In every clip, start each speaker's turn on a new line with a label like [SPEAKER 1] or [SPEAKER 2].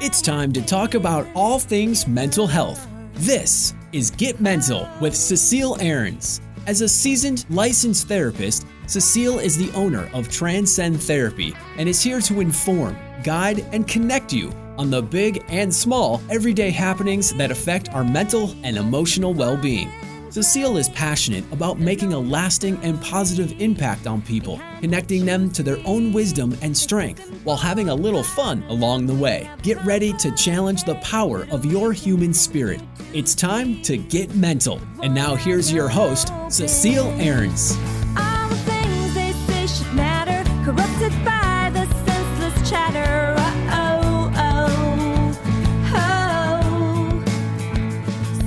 [SPEAKER 1] It's time to talk about all things mental health. This is Get Mental with Cecile Ahrens. As a seasoned licensed therapist, Cecile is the owner of Transcend Therapy and is here to inform, guide, and connect you on the big and small everyday happenings that affect our mental and emotional well being. Cecile is passionate about making a lasting and positive impact on people, connecting them to their own wisdom and strength while having a little fun along the way. Get ready to challenge the power of your human spirit. It's time to get mental. And now here's your host, Cecile Ahrens.
[SPEAKER 2] All the things they say should matter, corrupted by the senseless chatter. Oh, oh, oh, oh.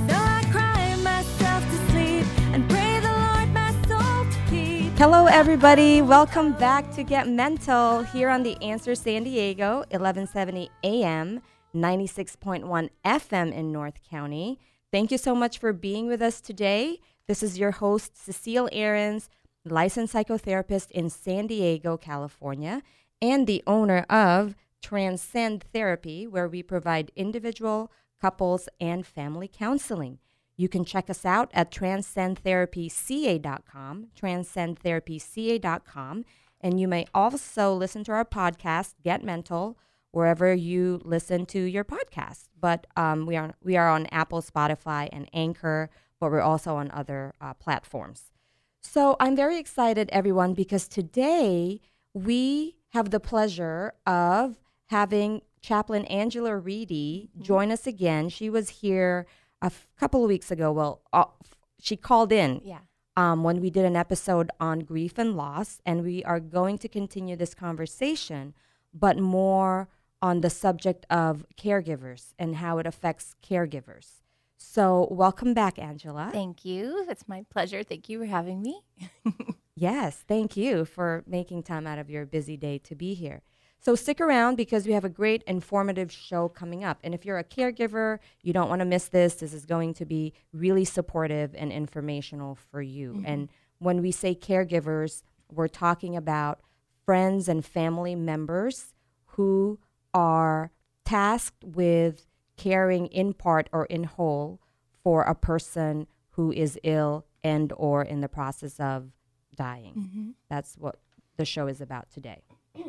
[SPEAKER 2] So I cry myself to sleep and pray the Lord my soul to keep.
[SPEAKER 3] Hello, everybody. Welcome back to Get Mental here on The Answer San Diego, 1170 AM, 96.1 FM in North County. Thank you so much for being with us today. This is your host, Cecile Ahrens, licensed psychotherapist in San Diego, California, and the owner of Transcend Therapy, where we provide individual, couples, and family counseling. You can check us out at transcendtherapyca.com, transcendtherapyca.com, and you may also listen to our podcast, Get Mental, wherever you listen to your podcast. But um, we are we are on Apple, Spotify, and Anchor, but we're also on other uh, platforms. So I'm very excited, everyone, because today we have the pleasure of having Chaplain Angela Reedy
[SPEAKER 4] Mm-hmm.
[SPEAKER 3] join us again. She was here a f- couple of weeks ago. Well, uh, f- she called in
[SPEAKER 4] Yeah.
[SPEAKER 3] um, when we did an episode on grief and loss, and we are going to continue this conversation, but more on the subject of caregivers and how it affects caregivers. So, welcome back, Angela.
[SPEAKER 4] Thank you. It's my pleasure. Thank you for having me.
[SPEAKER 3] Yes, thank you for making time out of your busy day to be here. So stick around because we have a great informative show coming up. And if you're a caregiver, you don't want to miss this. This is going to be really supportive and informational for you. And when we say caregivers, we're talking about friends and family members who are tasked with caring in part or in whole for a person who is ill and or in the process of dying. That's what the show is about today.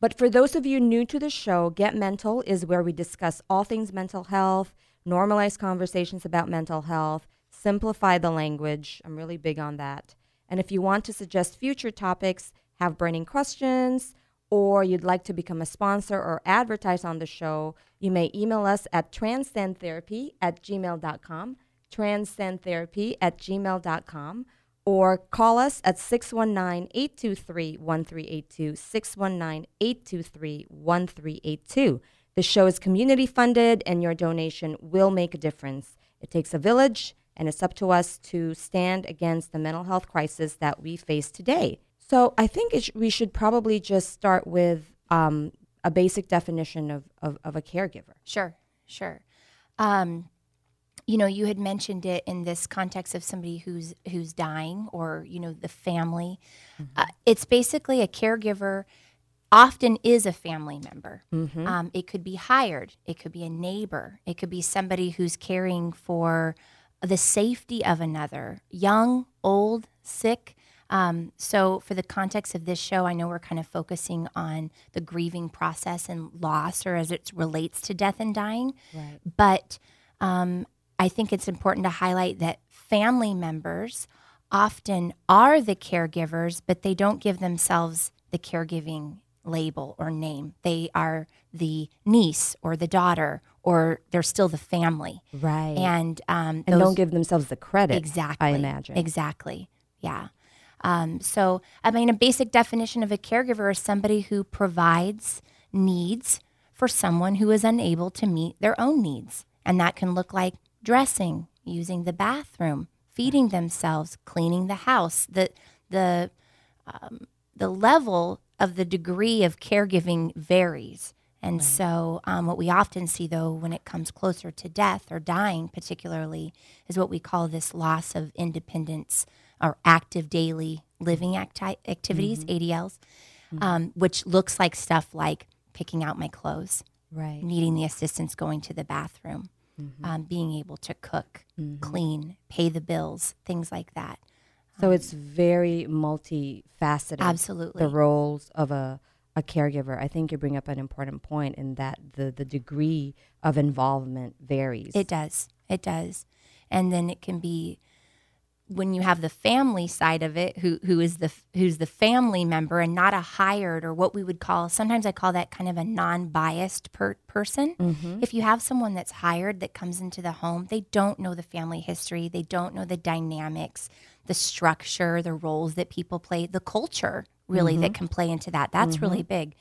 [SPEAKER 3] But for those of you new to the show, Get Mental is where we discuss all things mental health, normalize conversations about mental health, simplify the language. I'm really big on that. And if you want to suggest future topics, have burning questions, or you'd like to become a sponsor or advertise on the show, you may email us at transcendtherapy at gmail.com, transcendtherapy at gmail.com, or call us at 619-823-1382, 619-823-1382. The show is community funded and your donation will make a difference. It takes a village and it's up to us to stand against the mental health crisis that we face today. So I think it sh- we should probably just start with um, a basic definition of, of, of a caregiver.
[SPEAKER 4] Sure, sure. Um, you know, you had mentioned it in this context of somebody who's who's dying, or you know, the family. Uh, it's basically a caregiver. Often is a family member. Um, it could be hired. It could be a neighbor. It could be somebody who's caring for the safety of another, young, old, sick. Um, so, for the context of this show, I know we're kind of focusing on the grieving process and loss, or as it relates to death and dying.
[SPEAKER 3] Right.
[SPEAKER 4] But um, I think it's important to highlight that family members often are the caregivers, but they don't give themselves the caregiving label or name. They are the niece or the daughter, or they're still the family.
[SPEAKER 3] Right. And,
[SPEAKER 4] And um,
[SPEAKER 3] don't give themselves the credit.
[SPEAKER 4] Exactly.
[SPEAKER 3] I imagine.
[SPEAKER 4] Exactly. Yeah. Um, so, I mean, a basic definition of a caregiver is somebody who provides needs for someone who is unable to meet their own needs. And that can look like dressing, using the bathroom, feeding themselves, cleaning the house. The, the, the level of the degree of caregiving varies. And so, um, what we often see, though, when it comes closer to death or dying, particularly, is what we call this loss of independence or active daily living acti- activities, ADLs, um, which looks like stuff like picking out my clothes,
[SPEAKER 3] Right.
[SPEAKER 4] needing the assistance going to the bathroom, um, being able to cook, clean, pay the bills, things like that.
[SPEAKER 3] So it's very multifaceted.
[SPEAKER 4] Absolutely.
[SPEAKER 3] The roles of a, a caregiver. I think you bring up an important point in that the, the degree of involvement varies.
[SPEAKER 4] It does. It does. And then it can be when you have the family side of it, who who is the who's the family member and not a hired or what we would call sometimes I call that kind of a non-biased per- person. If you have someone that's hired that comes into the home, they don't know the family history, they don't know the dynamics, the structure, the roles that people play, the culture really that can play into that. That's really big.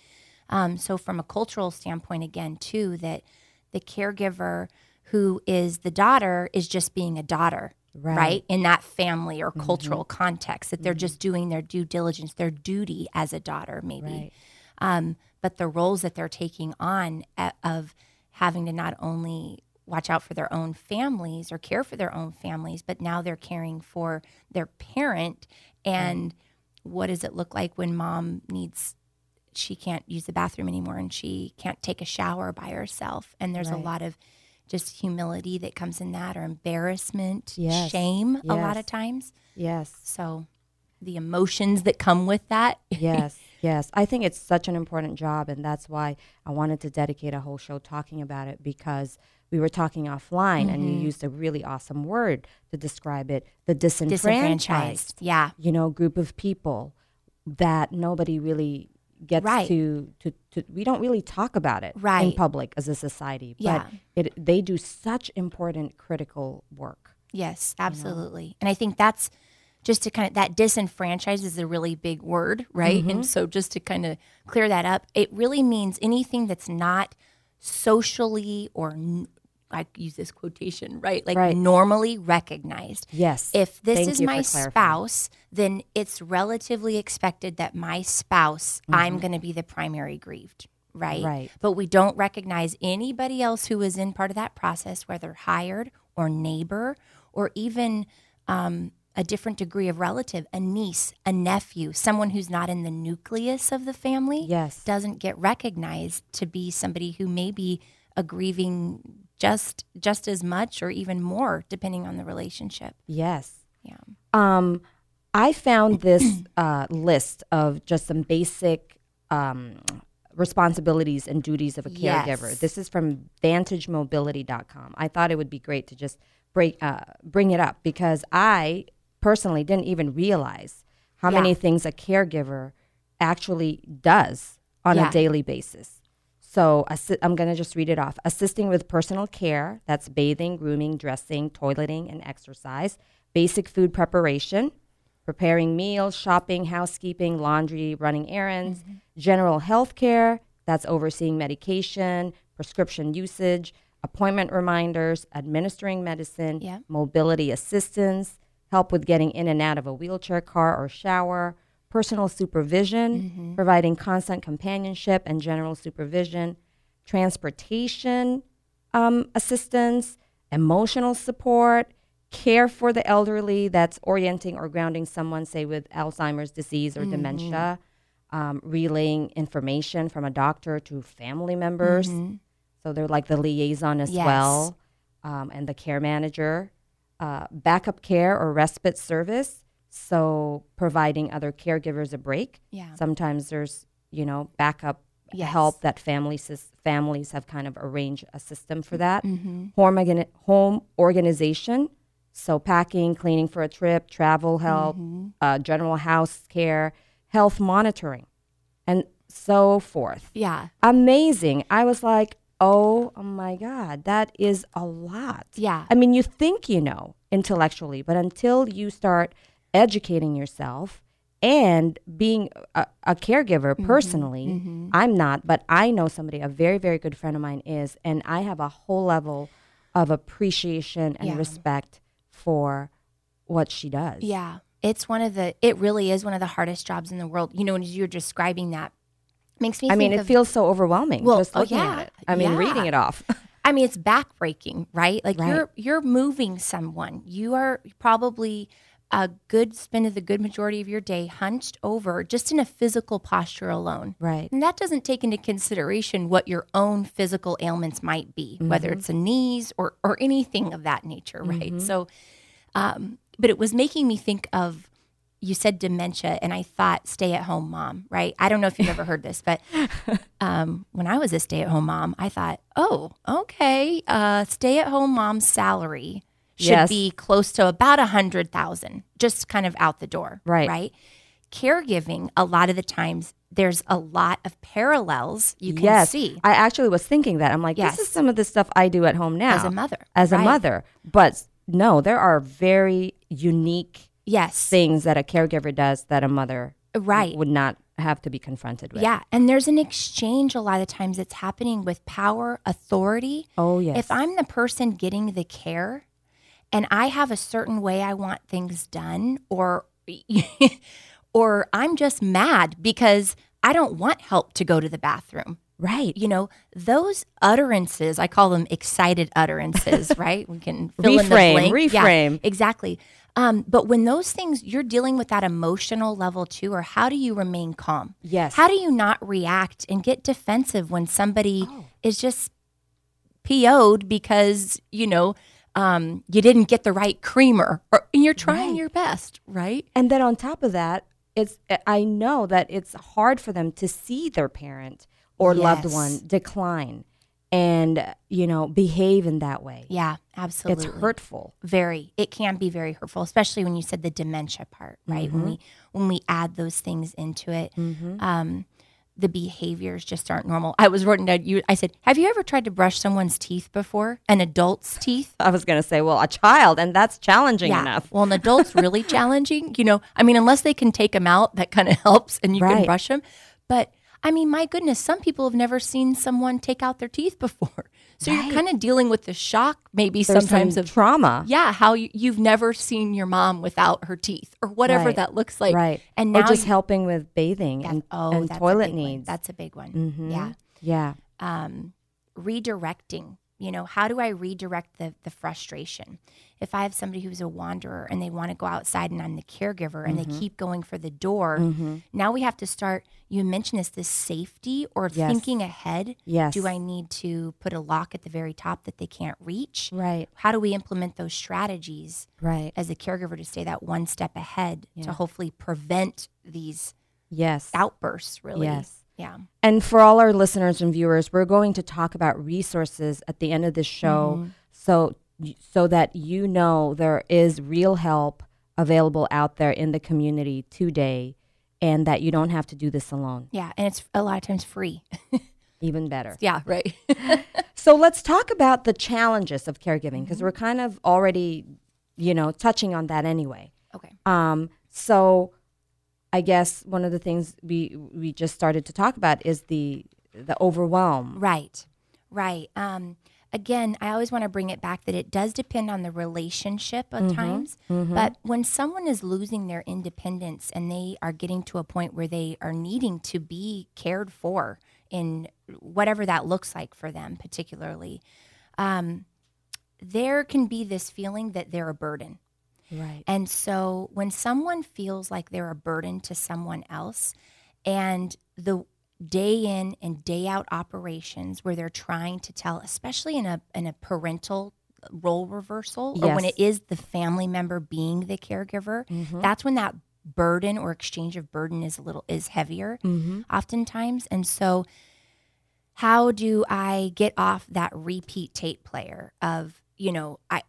[SPEAKER 4] Um, so, from a cultural standpoint, again, too, that the caregiver who is the daughter is just being a daughter,
[SPEAKER 3] Right.
[SPEAKER 4] right? In that family or cultural context, that they're just doing their due diligence, their duty as a daughter, maybe.
[SPEAKER 3] Right.
[SPEAKER 4] Um, but the roles that they're taking on uh, of having to not only watch out for their own families or care for their own families, but now they're caring for their parent. And what does it look like when mom needs she can't use the bathroom anymore and she can't take a shower by herself. And there's
[SPEAKER 3] Right.
[SPEAKER 4] a lot of just humility that comes in that or embarrassment,
[SPEAKER 3] Yes.
[SPEAKER 4] shame a lot
[SPEAKER 3] Yes.
[SPEAKER 4] of times.
[SPEAKER 3] Yes.
[SPEAKER 4] So the emotions that come with that.
[SPEAKER 3] yes, yes. I think it's such an important job, and that's why I wanted to dedicate a whole show talking about it because we were talking offline, and
[SPEAKER 4] Mm-hmm.
[SPEAKER 3] you used a really awesome word to describe it: the disenfranchised,
[SPEAKER 4] Disenfranchised. Yeah.
[SPEAKER 3] you know, group of people that nobody really gets
[SPEAKER 4] Right.
[SPEAKER 3] to, to to we don't really talk about it in
[SPEAKER 4] Right.
[SPEAKER 3] public as a society.
[SPEAKER 4] Yeah.
[SPEAKER 3] But it, they do such important critical work.
[SPEAKER 4] Yes, absolutely. And I think that's just to kind of that disenfranchise is a really big word, right? And so just to kind of clear that up, it really means anything that's not socially or n- I use this quotation, right? Like
[SPEAKER 3] Right.
[SPEAKER 4] normally recognized.
[SPEAKER 3] Yes.
[SPEAKER 4] If this
[SPEAKER 3] Thank
[SPEAKER 4] is
[SPEAKER 3] you
[SPEAKER 4] my
[SPEAKER 3] for clarifying.
[SPEAKER 4] spouse, then it's relatively expected that my spouse, I'm going to be the primary grieved, right?
[SPEAKER 3] Mm-hmm. Right.
[SPEAKER 4] But we don't recognize anybody else who is in part of that process, whether hired or neighbor or even um, a different degree of relative, a niece, a nephew, someone who's not in the nucleus of the family
[SPEAKER 3] Yes.
[SPEAKER 4] doesn't get recognized to be somebody who may be a grieving just just as much or even more depending on the relationship
[SPEAKER 3] Yes.
[SPEAKER 4] yeah
[SPEAKER 3] Um, I found this uh, list of just some basic um, responsibilities and duties of a caregiver.
[SPEAKER 4] Yes.
[SPEAKER 3] This is from VantageMobility.com. I thought it would be great to just break uh, bring it up because I personally didn't even realize how
[SPEAKER 4] Yeah.
[SPEAKER 3] many things a caregiver actually does on a
[SPEAKER 4] Yeah.
[SPEAKER 3] daily basis. So assi- I'm going to just read it off. Assisting with personal care, that's bathing, grooming, dressing, toileting, and exercise. Basic food preparation, preparing meals, shopping, housekeeping, laundry, running errands. General health care, that's overseeing medication, prescription usage, appointment reminders, administering medicine,
[SPEAKER 4] Yeah.
[SPEAKER 3] mobility assistance, help with getting in and out of a wheelchair, car, or shower, personal supervision, providing constant companionship and general supervision, transportation um, assistance, emotional support, care for the elderly that's orienting or grounding someone, say, with Alzheimer's disease or dementia, um, relaying information from a doctor to family members.
[SPEAKER 4] Mm-hmm.
[SPEAKER 3] So they're like the liaison as
[SPEAKER 4] Yes.
[SPEAKER 3] well, um, and the care manager, uh, backup care or respite service. So providing other caregivers a break.
[SPEAKER 4] Yeah.
[SPEAKER 3] Sometimes there's you know backup
[SPEAKER 4] Yes.
[SPEAKER 3] help that families sys- families have kind of arranged a system for that.
[SPEAKER 4] Mm-hmm.
[SPEAKER 3] Home organi- home organization. So packing, cleaning for a trip, travel help,
[SPEAKER 4] Mm-hmm.
[SPEAKER 3] uh, general house care, health monitoring, and so forth
[SPEAKER 4] yeah
[SPEAKER 3] amazing. I was like, oh my God, that is a lot.
[SPEAKER 4] Yeah.
[SPEAKER 3] I mean, you think you know intellectually, but until you start educating yourself and being a, a caregiver
[SPEAKER 4] Mm-hmm.
[SPEAKER 3] personally, I'm not, but I know somebody, a very, very good friend of mine is, and I have a whole level of appreciation and
[SPEAKER 4] Yeah.
[SPEAKER 3] respect for what she does.
[SPEAKER 4] Yeah. It's one of the it really is one of the hardest jobs in the world. You know, and as you're describing that makes me
[SPEAKER 3] I
[SPEAKER 4] think
[SPEAKER 3] mean, it
[SPEAKER 4] of-
[SPEAKER 3] feels so overwhelming
[SPEAKER 4] Well,
[SPEAKER 3] just
[SPEAKER 4] oh,
[SPEAKER 3] looking
[SPEAKER 4] yeah.
[SPEAKER 3] at it. I mean,
[SPEAKER 4] Yeah.
[SPEAKER 3] reading it off.
[SPEAKER 4] I mean, it's backbreaking, right? Like
[SPEAKER 3] Right.
[SPEAKER 4] you're you're moving someone. You are probably a good spend of the good majority of your day hunched over just in a physical posture alone.
[SPEAKER 3] Right.
[SPEAKER 4] And that doesn't take into consideration what your own physical ailments might be, whether
[SPEAKER 3] Mm-hmm.
[SPEAKER 4] it's a knees or, or anything of that nature, right? So, um, but it was making me think of you said dementia, and I thought stay at home mom, right? I don't know if you've ever heard this, but um, when I was a stay at home mom, I thought, oh, okay, uh, stay at home mom's salary should
[SPEAKER 3] Yes.
[SPEAKER 4] be close to about a hundred thousand, just kind of out the door,
[SPEAKER 3] Right.
[SPEAKER 4] Right. Caregiving, a lot of the times, there's a lot of parallels you can
[SPEAKER 3] yes,
[SPEAKER 4] see
[SPEAKER 3] I actually was thinking that. I'm like,
[SPEAKER 4] Yes.
[SPEAKER 3] this is some of the stuff I do at home now
[SPEAKER 4] as a mother,
[SPEAKER 3] As a
[SPEAKER 4] right?
[SPEAKER 3] mother, but no, there are very unique
[SPEAKER 4] Yes,
[SPEAKER 3] things that a caregiver does that a mother
[SPEAKER 4] right.
[SPEAKER 3] would not have to be confronted with.
[SPEAKER 4] Yeah, and there's an exchange a lot of times that's happening with power, authority.
[SPEAKER 3] Oh yes.
[SPEAKER 4] If I'm the person getting the care and I have a certain way I want things done or or I'm just mad because I don't want help to go to the bathroom.
[SPEAKER 3] right.
[SPEAKER 4] You know, those utterances, I call them excited utterances, right? We can fill in the
[SPEAKER 3] Reframe,
[SPEAKER 4] blank. Yeah,
[SPEAKER 3] reframe.
[SPEAKER 4] exactly. Um, but when those things, you're dealing with that emotional level too, or how do you remain calm?
[SPEAKER 3] Yes.
[SPEAKER 4] How do you not react and get defensive when somebody
[SPEAKER 3] Oh.
[SPEAKER 4] is just PO'd because, you know, um, you didn't get the right creamer or, and you're trying your best, right?
[SPEAKER 3] And then on top of that, it's eh, I know that it's hard for them to see their parent or loved
[SPEAKER 4] Yes.
[SPEAKER 3] one decline and you know behave in that way.
[SPEAKER 4] Yeah, absolutely.
[SPEAKER 3] It's hurtful.
[SPEAKER 4] very it can be very hurtful especially when you said the dementia part right
[SPEAKER 3] Mm-hmm.
[SPEAKER 4] when we when we add those things into it um the behaviors just aren't normal i was writing down you i said have you ever tried to brush someone's teeth before an adult's teeth
[SPEAKER 3] I was going to say, well, a child and that's challenging enough.
[SPEAKER 4] well an adult's really challenging you know i mean unless they can take them out that kind of helps and you can
[SPEAKER 3] Right.
[SPEAKER 4] brush them but i mean my goodness some people have never seen someone take out their teeth before so you're kind of dealing with the shock maybe
[SPEAKER 3] There's
[SPEAKER 4] sometimes
[SPEAKER 3] some
[SPEAKER 4] of
[SPEAKER 3] trauma.
[SPEAKER 4] yeah, how you, you've never seen your mom without her teeth or whatever
[SPEAKER 3] Right.
[SPEAKER 4] that looks like.
[SPEAKER 3] right.
[SPEAKER 4] And now
[SPEAKER 3] or just
[SPEAKER 4] you-
[SPEAKER 3] helping with bathing
[SPEAKER 4] that-
[SPEAKER 3] and,
[SPEAKER 4] oh,
[SPEAKER 3] and
[SPEAKER 4] that's a
[SPEAKER 3] toilet
[SPEAKER 4] big one.
[SPEAKER 3] needs.
[SPEAKER 4] That's a big one.
[SPEAKER 3] Mhm.
[SPEAKER 4] Yeah.
[SPEAKER 3] Yeah.
[SPEAKER 4] Um, redirecting. You know, how do I redirect the, the frustration? If I have somebody who's a wanderer and they want to go outside and I'm the caregiver and
[SPEAKER 3] Mm-hmm.
[SPEAKER 4] they keep going for the door, now we have to start. You mentioned this, this safety or
[SPEAKER 3] Yes.
[SPEAKER 4] thinking ahead.
[SPEAKER 3] Yes.
[SPEAKER 4] Do I need to put a lock at the very top that they can't reach?
[SPEAKER 3] Right.
[SPEAKER 4] How do we implement those strategies?
[SPEAKER 3] Right.
[SPEAKER 4] as a caregiver to stay that one step ahead to hopefully prevent these
[SPEAKER 3] Yes.
[SPEAKER 4] outbursts really
[SPEAKER 3] Yes.
[SPEAKER 4] yeah
[SPEAKER 3] And for all our listeners and viewers, we're going to talk about resources at the end of this show
[SPEAKER 4] Mm-hmm.
[SPEAKER 3] so so that you know there is real help available out there in the community today and that you don't have to do this alone.
[SPEAKER 4] yeah and it's a lot of times free
[SPEAKER 3] Even better.
[SPEAKER 4] yeah right
[SPEAKER 3] So let's talk about the challenges of caregiving because we're
[SPEAKER 4] Mm-hmm.
[SPEAKER 3] kind of already, you know, touching on that anyway.
[SPEAKER 4] okay
[SPEAKER 3] Um, so I guess one of the things we we just started to talk about is the the overwhelm.
[SPEAKER 4] right right um again i always want to bring it back that it does depend on the relationship at times but when someone is losing their independence and they are getting to a point where they are needing to be cared for in whatever that looks like for them particularly um there can be this feeling that they're a burden
[SPEAKER 3] Right.
[SPEAKER 4] And so when someone feels like they're a burden to someone else and the day in and day out operations where they're trying to tell, especially in a in a parental role reversal or when
[SPEAKER 3] Yes. Mm-hmm.
[SPEAKER 4] it is the family member being the caregiver, that's when that burden or exchange of burden is a little is heavier oftentimes. And so how do I get off that repeat tape player of, you know, I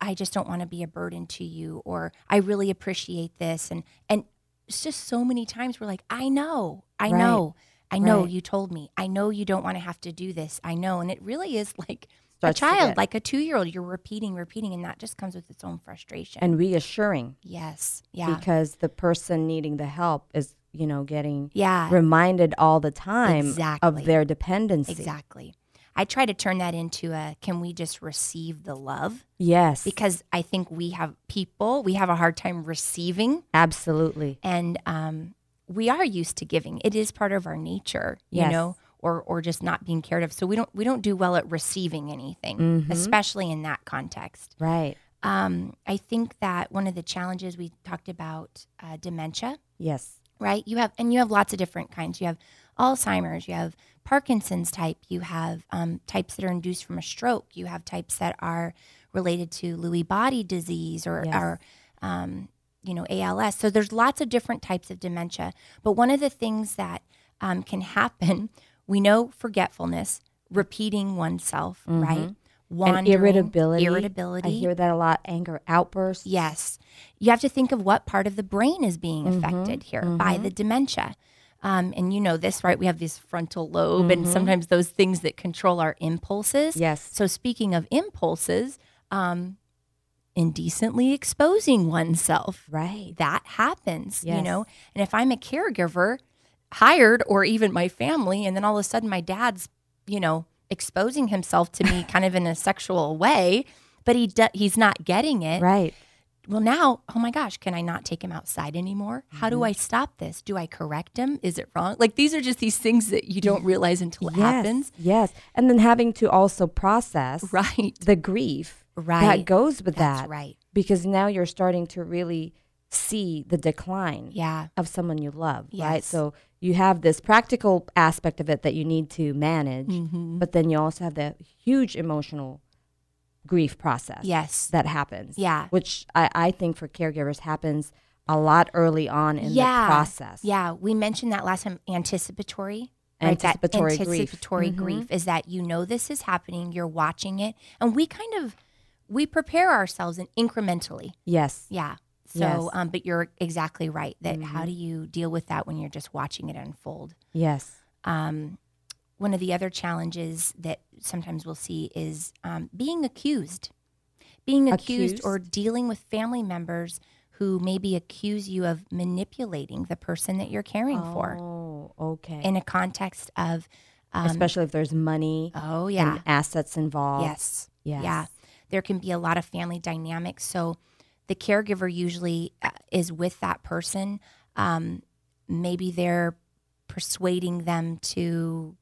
[SPEAKER 4] I just don't want to be a burden to you or I really appreciate this and and it's just so many times we're like, I know, I
[SPEAKER 3] Right.
[SPEAKER 4] know, I know
[SPEAKER 3] Right.
[SPEAKER 4] you told me. I know you don't want to have to do this. I know. And it really is like
[SPEAKER 3] Starts to
[SPEAKER 4] a child,
[SPEAKER 3] get-
[SPEAKER 4] like a two year old, you're repeating, repeating, and that just comes with its own frustration.
[SPEAKER 3] and reassuring
[SPEAKER 4] yes. Yeah.
[SPEAKER 3] because the person needing the help is, you know, getting
[SPEAKER 4] yeah.
[SPEAKER 3] reminded all the time
[SPEAKER 4] Exactly.
[SPEAKER 3] of their dependency.
[SPEAKER 4] Exactly. I try to turn that into a can we just receive the love?
[SPEAKER 3] Yes.
[SPEAKER 4] Because I think we have people, we have a hard time receiving,
[SPEAKER 3] absolutely.
[SPEAKER 4] and um, we are used to giving. It is part of our nature, you
[SPEAKER 3] Yes.
[SPEAKER 4] know, or or just not being cared of. So we don't we don't do well at receiving anything, especially in that context.
[SPEAKER 3] Right.
[SPEAKER 4] Um, I think that one of the challenges we talked about uh, dementia,
[SPEAKER 3] Yes.
[SPEAKER 4] right? You have and you have lots of different kinds. You have Alzheimer's, you have Parkinson's type, you have um, types that are induced from a stroke, you have types that are related to Lewy body disease or,
[SPEAKER 3] Yes.
[SPEAKER 4] or um, you know ALS. So there's lots of different types of dementia. But one of the things that um, can happen, we know forgetfulness, repeating oneself, right?
[SPEAKER 3] Mm-hmm. And
[SPEAKER 4] Wandering,
[SPEAKER 3] irritability.
[SPEAKER 4] irritability.
[SPEAKER 3] I hear that a lot. Anger outbursts.
[SPEAKER 4] Yes. You have to think of what part of the brain is being
[SPEAKER 3] Mm-hmm.
[SPEAKER 4] affected here by the dementia. Um, and you know this, right? We have this frontal lobe and sometimes those things that control our impulses.
[SPEAKER 3] Mm-hmm. Yes.
[SPEAKER 4] So, speaking of impulses, um, indecently exposing oneself,
[SPEAKER 3] Right.
[SPEAKER 4] that happens, you
[SPEAKER 3] Yes.
[SPEAKER 4] know? And if I'm a caregiver, hired or even my family, and then all of a sudden my dad's, you know, exposing himself to me kind of in a sexual way, but he do- he's not getting it
[SPEAKER 3] Right.
[SPEAKER 4] well now oh my gosh can i not take him outside anymore how
[SPEAKER 3] Mm-hmm.
[SPEAKER 4] do i stop this do i correct him is it wrong like these are just these things that you don't realize until it
[SPEAKER 3] yes.
[SPEAKER 4] happens
[SPEAKER 3] Yes. And then having to also process
[SPEAKER 4] right
[SPEAKER 3] the grief
[SPEAKER 4] Right.
[SPEAKER 3] that goes with
[SPEAKER 4] That's
[SPEAKER 3] that.
[SPEAKER 4] right.
[SPEAKER 3] Because now you're starting to really see the decline
[SPEAKER 4] yeah
[SPEAKER 3] of someone you love, right?
[SPEAKER 4] Yes.
[SPEAKER 3] So you have this practical aspect of it that you need to manage,
[SPEAKER 4] Mm-hmm.
[SPEAKER 3] but then you also have the huge emotional grief process
[SPEAKER 4] yes
[SPEAKER 3] that happens.
[SPEAKER 4] Yeah.
[SPEAKER 3] Which I, I think for caregivers happens a lot early on in
[SPEAKER 4] yeah
[SPEAKER 3] the process.
[SPEAKER 4] yeah we mentioned that last time anticipatory that
[SPEAKER 3] Anticipatory grief. Mm-hmm.
[SPEAKER 4] anticipatory grief is that you know this is happening you're watching it and we kind of we prepare ourselves in incrementally
[SPEAKER 3] Yes.
[SPEAKER 4] yeah so
[SPEAKER 3] Yes. Mm-hmm.
[SPEAKER 4] um, but you're exactly right that how do you deal with that when you're just watching it unfold
[SPEAKER 3] Yes.
[SPEAKER 4] um, one of the other challenges that sometimes we'll see is um, being accused, being accused, or dealing with family members who maybe accuse you of manipulating the person that you're caring for
[SPEAKER 3] Oh, okay.
[SPEAKER 4] in a context of, um,
[SPEAKER 3] Especially if there's money
[SPEAKER 4] oh yeah,
[SPEAKER 3] and assets involved.
[SPEAKER 4] Yes.
[SPEAKER 3] Yes.
[SPEAKER 4] Yeah. There can be a lot of family dynamics. So the caregiver usually uh, is with that person. Um, maybe they're persuading them to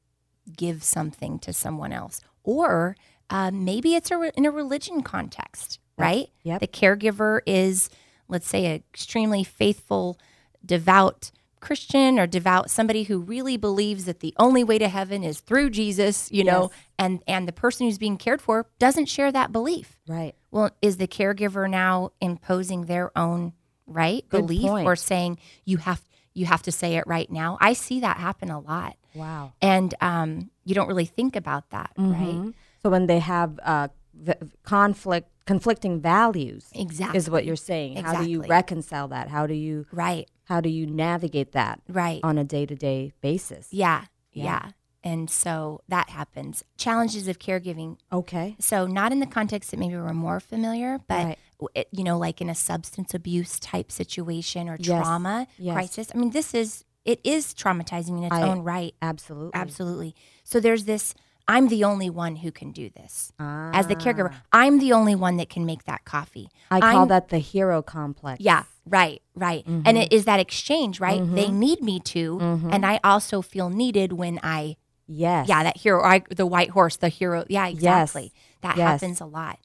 [SPEAKER 4] give something to someone else, or uh, maybe it's a re- in a religion context, right?
[SPEAKER 3] yep.
[SPEAKER 4] The caregiver is, let's say, an extremely faithful, devout Christian or devout somebody who really believes that the only way to heaven is through Jesus, you know, and and the person who's being cared for doesn't share that belief.
[SPEAKER 3] Right.
[SPEAKER 4] Well, is the caregiver now imposing their own right
[SPEAKER 3] Good
[SPEAKER 4] belief
[SPEAKER 3] point.
[SPEAKER 4] or saying you have you have to say it right now? I see that happen a lot.
[SPEAKER 3] Wow. Mm-hmm.
[SPEAKER 4] And um, you don't really think about that, right?
[SPEAKER 3] So when they have uh, v- conflict, conflicting values,
[SPEAKER 4] Exactly.
[SPEAKER 3] is what you're saying. How do you
[SPEAKER 4] Exactly.
[SPEAKER 3] reconcile that? How do you
[SPEAKER 4] Right.
[SPEAKER 3] how do you navigate that
[SPEAKER 4] Right.
[SPEAKER 3] on a day to day basis?
[SPEAKER 4] Yeah,
[SPEAKER 3] Yeah.
[SPEAKER 4] yeah. And so that happens. Challenges of caregiving.
[SPEAKER 3] Okay.
[SPEAKER 4] So not in the context that maybe we're more familiar, but
[SPEAKER 3] Right.
[SPEAKER 4] w- it, you know, like in a substance abuse type situation or
[SPEAKER 3] Yes.
[SPEAKER 4] trauma
[SPEAKER 3] Yes.
[SPEAKER 4] crisis. I mean, this is it is traumatizing in its
[SPEAKER 3] I-
[SPEAKER 4] own right.
[SPEAKER 3] Absolutely.
[SPEAKER 4] Absolutely. So there's this. I'm the only one who can do this.
[SPEAKER 3] Ah,
[SPEAKER 4] As the caregiver, I'm the only one that can make that coffee.
[SPEAKER 3] I call
[SPEAKER 4] I'm-
[SPEAKER 3] that Mm-hmm. the hero complex.
[SPEAKER 4] yeah, right, right. And it is that exchange, right? They
[SPEAKER 3] Mm-hmm.
[SPEAKER 4] need me to, and I also feel needed when I
[SPEAKER 3] Yes.
[SPEAKER 4] yeah, that hero, I, the white horse, the hero. Yeah, exactly. That
[SPEAKER 3] Yes.
[SPEAKER 4] happens a lot.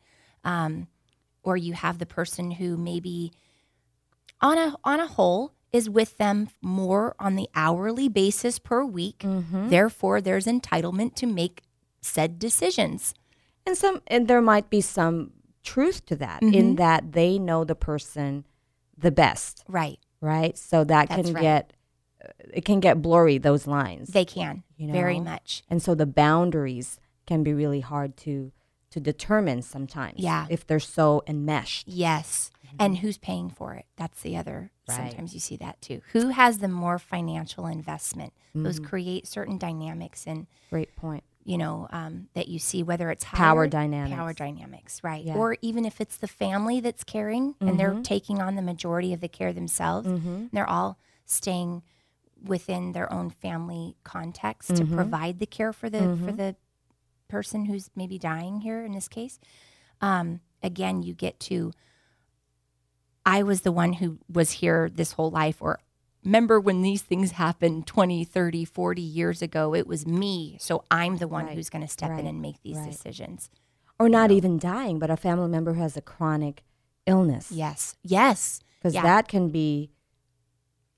[SPEAKER 4] Um, or you have the person who maybe, on a on a whole, is with them more on the hourly basis per week.
[SPEAKER 3] Mm-hmm.
[SPEAKER 4] Therefore, there's entitlement to make said decisions.
[SPEAKER 3] and some and there might be some truth to that in that they know the person the best,
[SPEAKER 4] Right?
[SPEAKER 3] right? So that
[SPEAKER 4] That's
[SPEAKER 3] can
[SPEAKER 4] right.
[SPEAKER 3] get uh, it can get blurry those lines.
[SPEAKER 4] They can
[SPEAKER 3] You
[SPEAKER 4] very
[SPEAKER 3] know?
[SPEAKER 4] much.
[SPEAKER 3] and so the boundaries can be really hard to to determine sometimes
[SPEAKER 4] Yeah.
[SPEAKER 3] if they're so enmeshed
[SPEAKER 4] Yes. And who's paying for it? That's the other.
[SPEAKER 3] Mm-hmm. Right.
[SPEAKER 4] Sometimes you see that too. Who has the more financial investment? Those
[SPEAKER 3] Mm.
[SPEAKER 4] create certain dynamics and
[SPEAKER 3] great point
[SPEAKER 4] you know um, that you see whether it's
[SPEAKER 3] Power
[SPEAKER 4] hired-
[SPEAKER 3] dynamics.
[SPEAKER 4] power dynamics right
[SPEAKER 3] Yeah. Mm-hmm.
[SPEAKER 4] or even if it's the family that's caring and they're taking on the majority of the care themselves and they're all staying within their own family context
[SPEAKER 3] Mm-hmm.
[SPEAKER 4] to provide the care for the for the person who's maybe dying here in this case um, again you get to i was the one who was here this whole life or remember when these things happened 20 30 40 years ago it was me so i'm the one
[SPEAKER 3] Right,
[SPEAKER 4] who's going to step
[SPEAKER 3] right,
[SPEAKER 4] in and make these
[SPEAKER 3] right.
[SPEAKER 4] decisions
[SPEAKER 3] or not even dying, but a family member who has a chronic illness.
[SPEAKER 4] Yes. Yes.
[SPEAKER 3] Because
[SPEAKER 4] Yeah.
[SPEAKER 3] that can be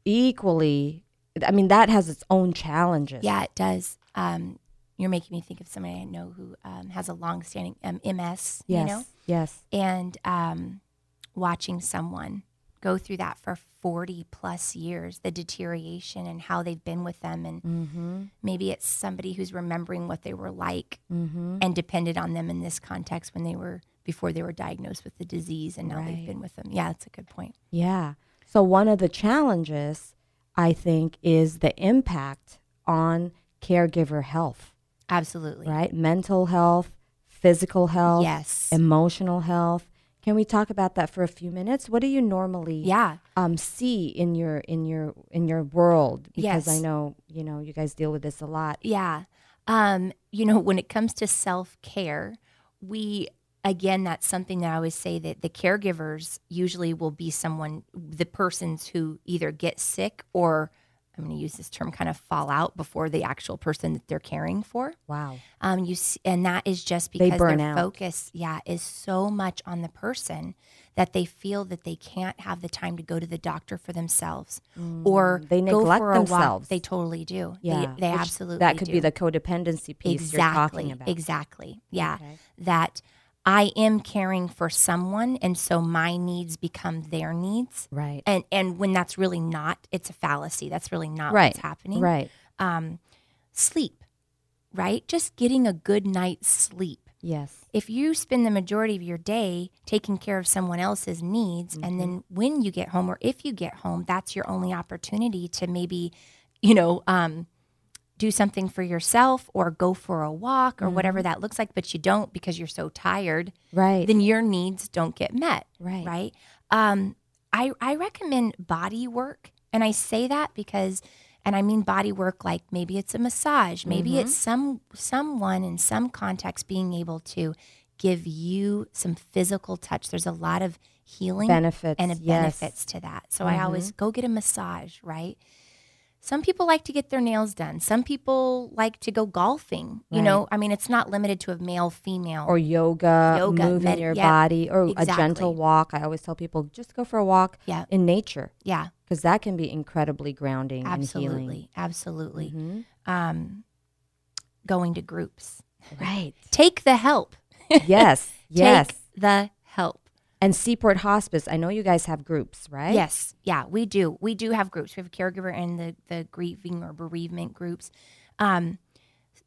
[SPEAKER 3] equally, I mean, that has its own challenges.
[SPEAKER 4] Yeah, it does. Um, you're making me think of somebody I know who um, has a long-standing um, MS.
[SPEAKER 3] Yes.
[SPEAKER 4] You know,
[SPEAKER 3] Yes.
[SPEAKER 4] and um, watching someone go through that for 40 plus years, the deterioration and how they've been with them, and maybe it's somebody who's remembering what they were like
[SPEAKER 3] Mm-hmm.
[SPEAKER 4] and depended on them in this context when they were before they were diagnosed with the disease, and now
[SPEAKER 3] Right.
[SPEAKER 4] they've been with them. Yeah, that's a good point.
[SPEAKER 3] Yeah. So one of the challenges, I think, is the impact on caregiver health,
[SPEAKER 4] Absolutely.
[SPEAKER 3] right? Mental health, physical health,
[SPEAKER 4] Yes.
[SPEAKER 3] emotional health. Can we talk about that for a few minutes? What do you normally
[SPEAKER 4] Yeah.
[SPEAKER 3] um, see in your in your in your world? Because I
[SPEAKER 4] Yes.
[SPEAKER 3] know you know you guys deal with this a lot.
[SPEAKER 4] Yeah. Um, you know, when it comes to self care, we, again, that's something that I always say that the caregivers usually will be someone, the persons who either get sick or, I'm going to use this term, kind of fall out before the actual person that they're caring for.
[SPEAKER 3] Wow.
[SPEAKER 4] Um, you s- and that is just
[SPEAKER 3] They
[SPEAKER 4] because
[SPEAKER 3] burn
[SPEAKER 4] their
[SPEAKER 3] out.
[SPEAKER 4] focus, yeah, is so much on the person that they feel that they can't have the time to go to the doctor for themselves or
[SPEAKER 3] Mm. They
[SPEAKER 4] go
[SPEAKER 3] neglect
[SPEAKER 4] for
[SPEAKER 3] themselves.
[SPEAKER 4] A walk. They totally do. They-
[SPEAKER 3] Yeah.
[SPEAKER 4] they,
[SPEAKER 3] Which-
[SPEAKER 4] absolutely
[SPEAKER 3] That could
[SPEAKER 4] do
[SPEAKER 3] be the codependency piece
[SPEAKER 4] exactly,
[SPEAKER 3] you're talking about.
[SPEAKER 4] Exactly. Yeah. That I am caring for someone and so my needs become their needs.
[SPEAKER 3] Right.
[SPEAKER 4] And and when that's really not, it's a fallacy. That's really not
[SPEAKER 3] right.
[SPEAKER 4] what's happening.
[SPEAKER 3] Right.
[SPEAKER 4] Um sleep, right? Just getting a good night's sleep.
[SPEAKER 3] Yes.
[SPEAKER 4] If you spend the majority of your day taking care of someone else's needs and then when you get home or if you get home, that's your only opportunity to maybe, you know, um do something for yourself or go for a walk or whatever that looks like, but you don't because you're so tired,
[SPEAKER 3] Right.
[SPEAKER 4] then your needs don't get met.
[SPEAKER 3] Right.
[SPEAKER 4] Right. Um, I, I recommend body work. And I say that because, and I mean body work like maybe it's a massage, maybe it's
[SPEAKER 3] Mm-hmm.
[SPEAKER 4] some someone in some context being able to give you some physical touch. There's a lot of healing
[SPEAKER 3] Benefits,
[SPEAKER 4] and a
[SPEAKER 3] yes. Mm-hmm.
[SPEAKER 4] benefits to that. So I always go get a massage, right? Some people like to get their nails done. Some people like to go golfing. You know, I mean, it's not limited to a male, female.
[SPEAKER 3] or yoga,
[SPEAKER 4] Yoga,
[SPEAKER 3] moving
[SPEAKER 4] med-
[SPEAKER 3] your
[SPEAKER 4] yeah,
[SPEAKER 3] body, or a
[SPEAKER 4] exactly.
[SPEAKER 3] gentle walk. I always tell people just go for a walk
[SPEAKER 4] Yeah.
[SPEAKER 3] in nature
[SPEAKER 4] yeah,
[SPEAKER 3] because that can be incredibly grounding and healing. Mm-hmm.
[SPEAKER 4] absolutely, absolutely. Um, going to groups.
[SPEAKER 3] Right.
[SPEAKER 4] Take the help.
[SPEAKER 3] yes. Yes.
[SPEAKER 4] Take the help.
[SPEAKER 3] and Seaport Hospice. I know you guys have groups, right?
[SPEAKER 4] Yes. Yeah, we do. We do have groups. We have a caregiver and the, the grieving or bereavement groups. Um,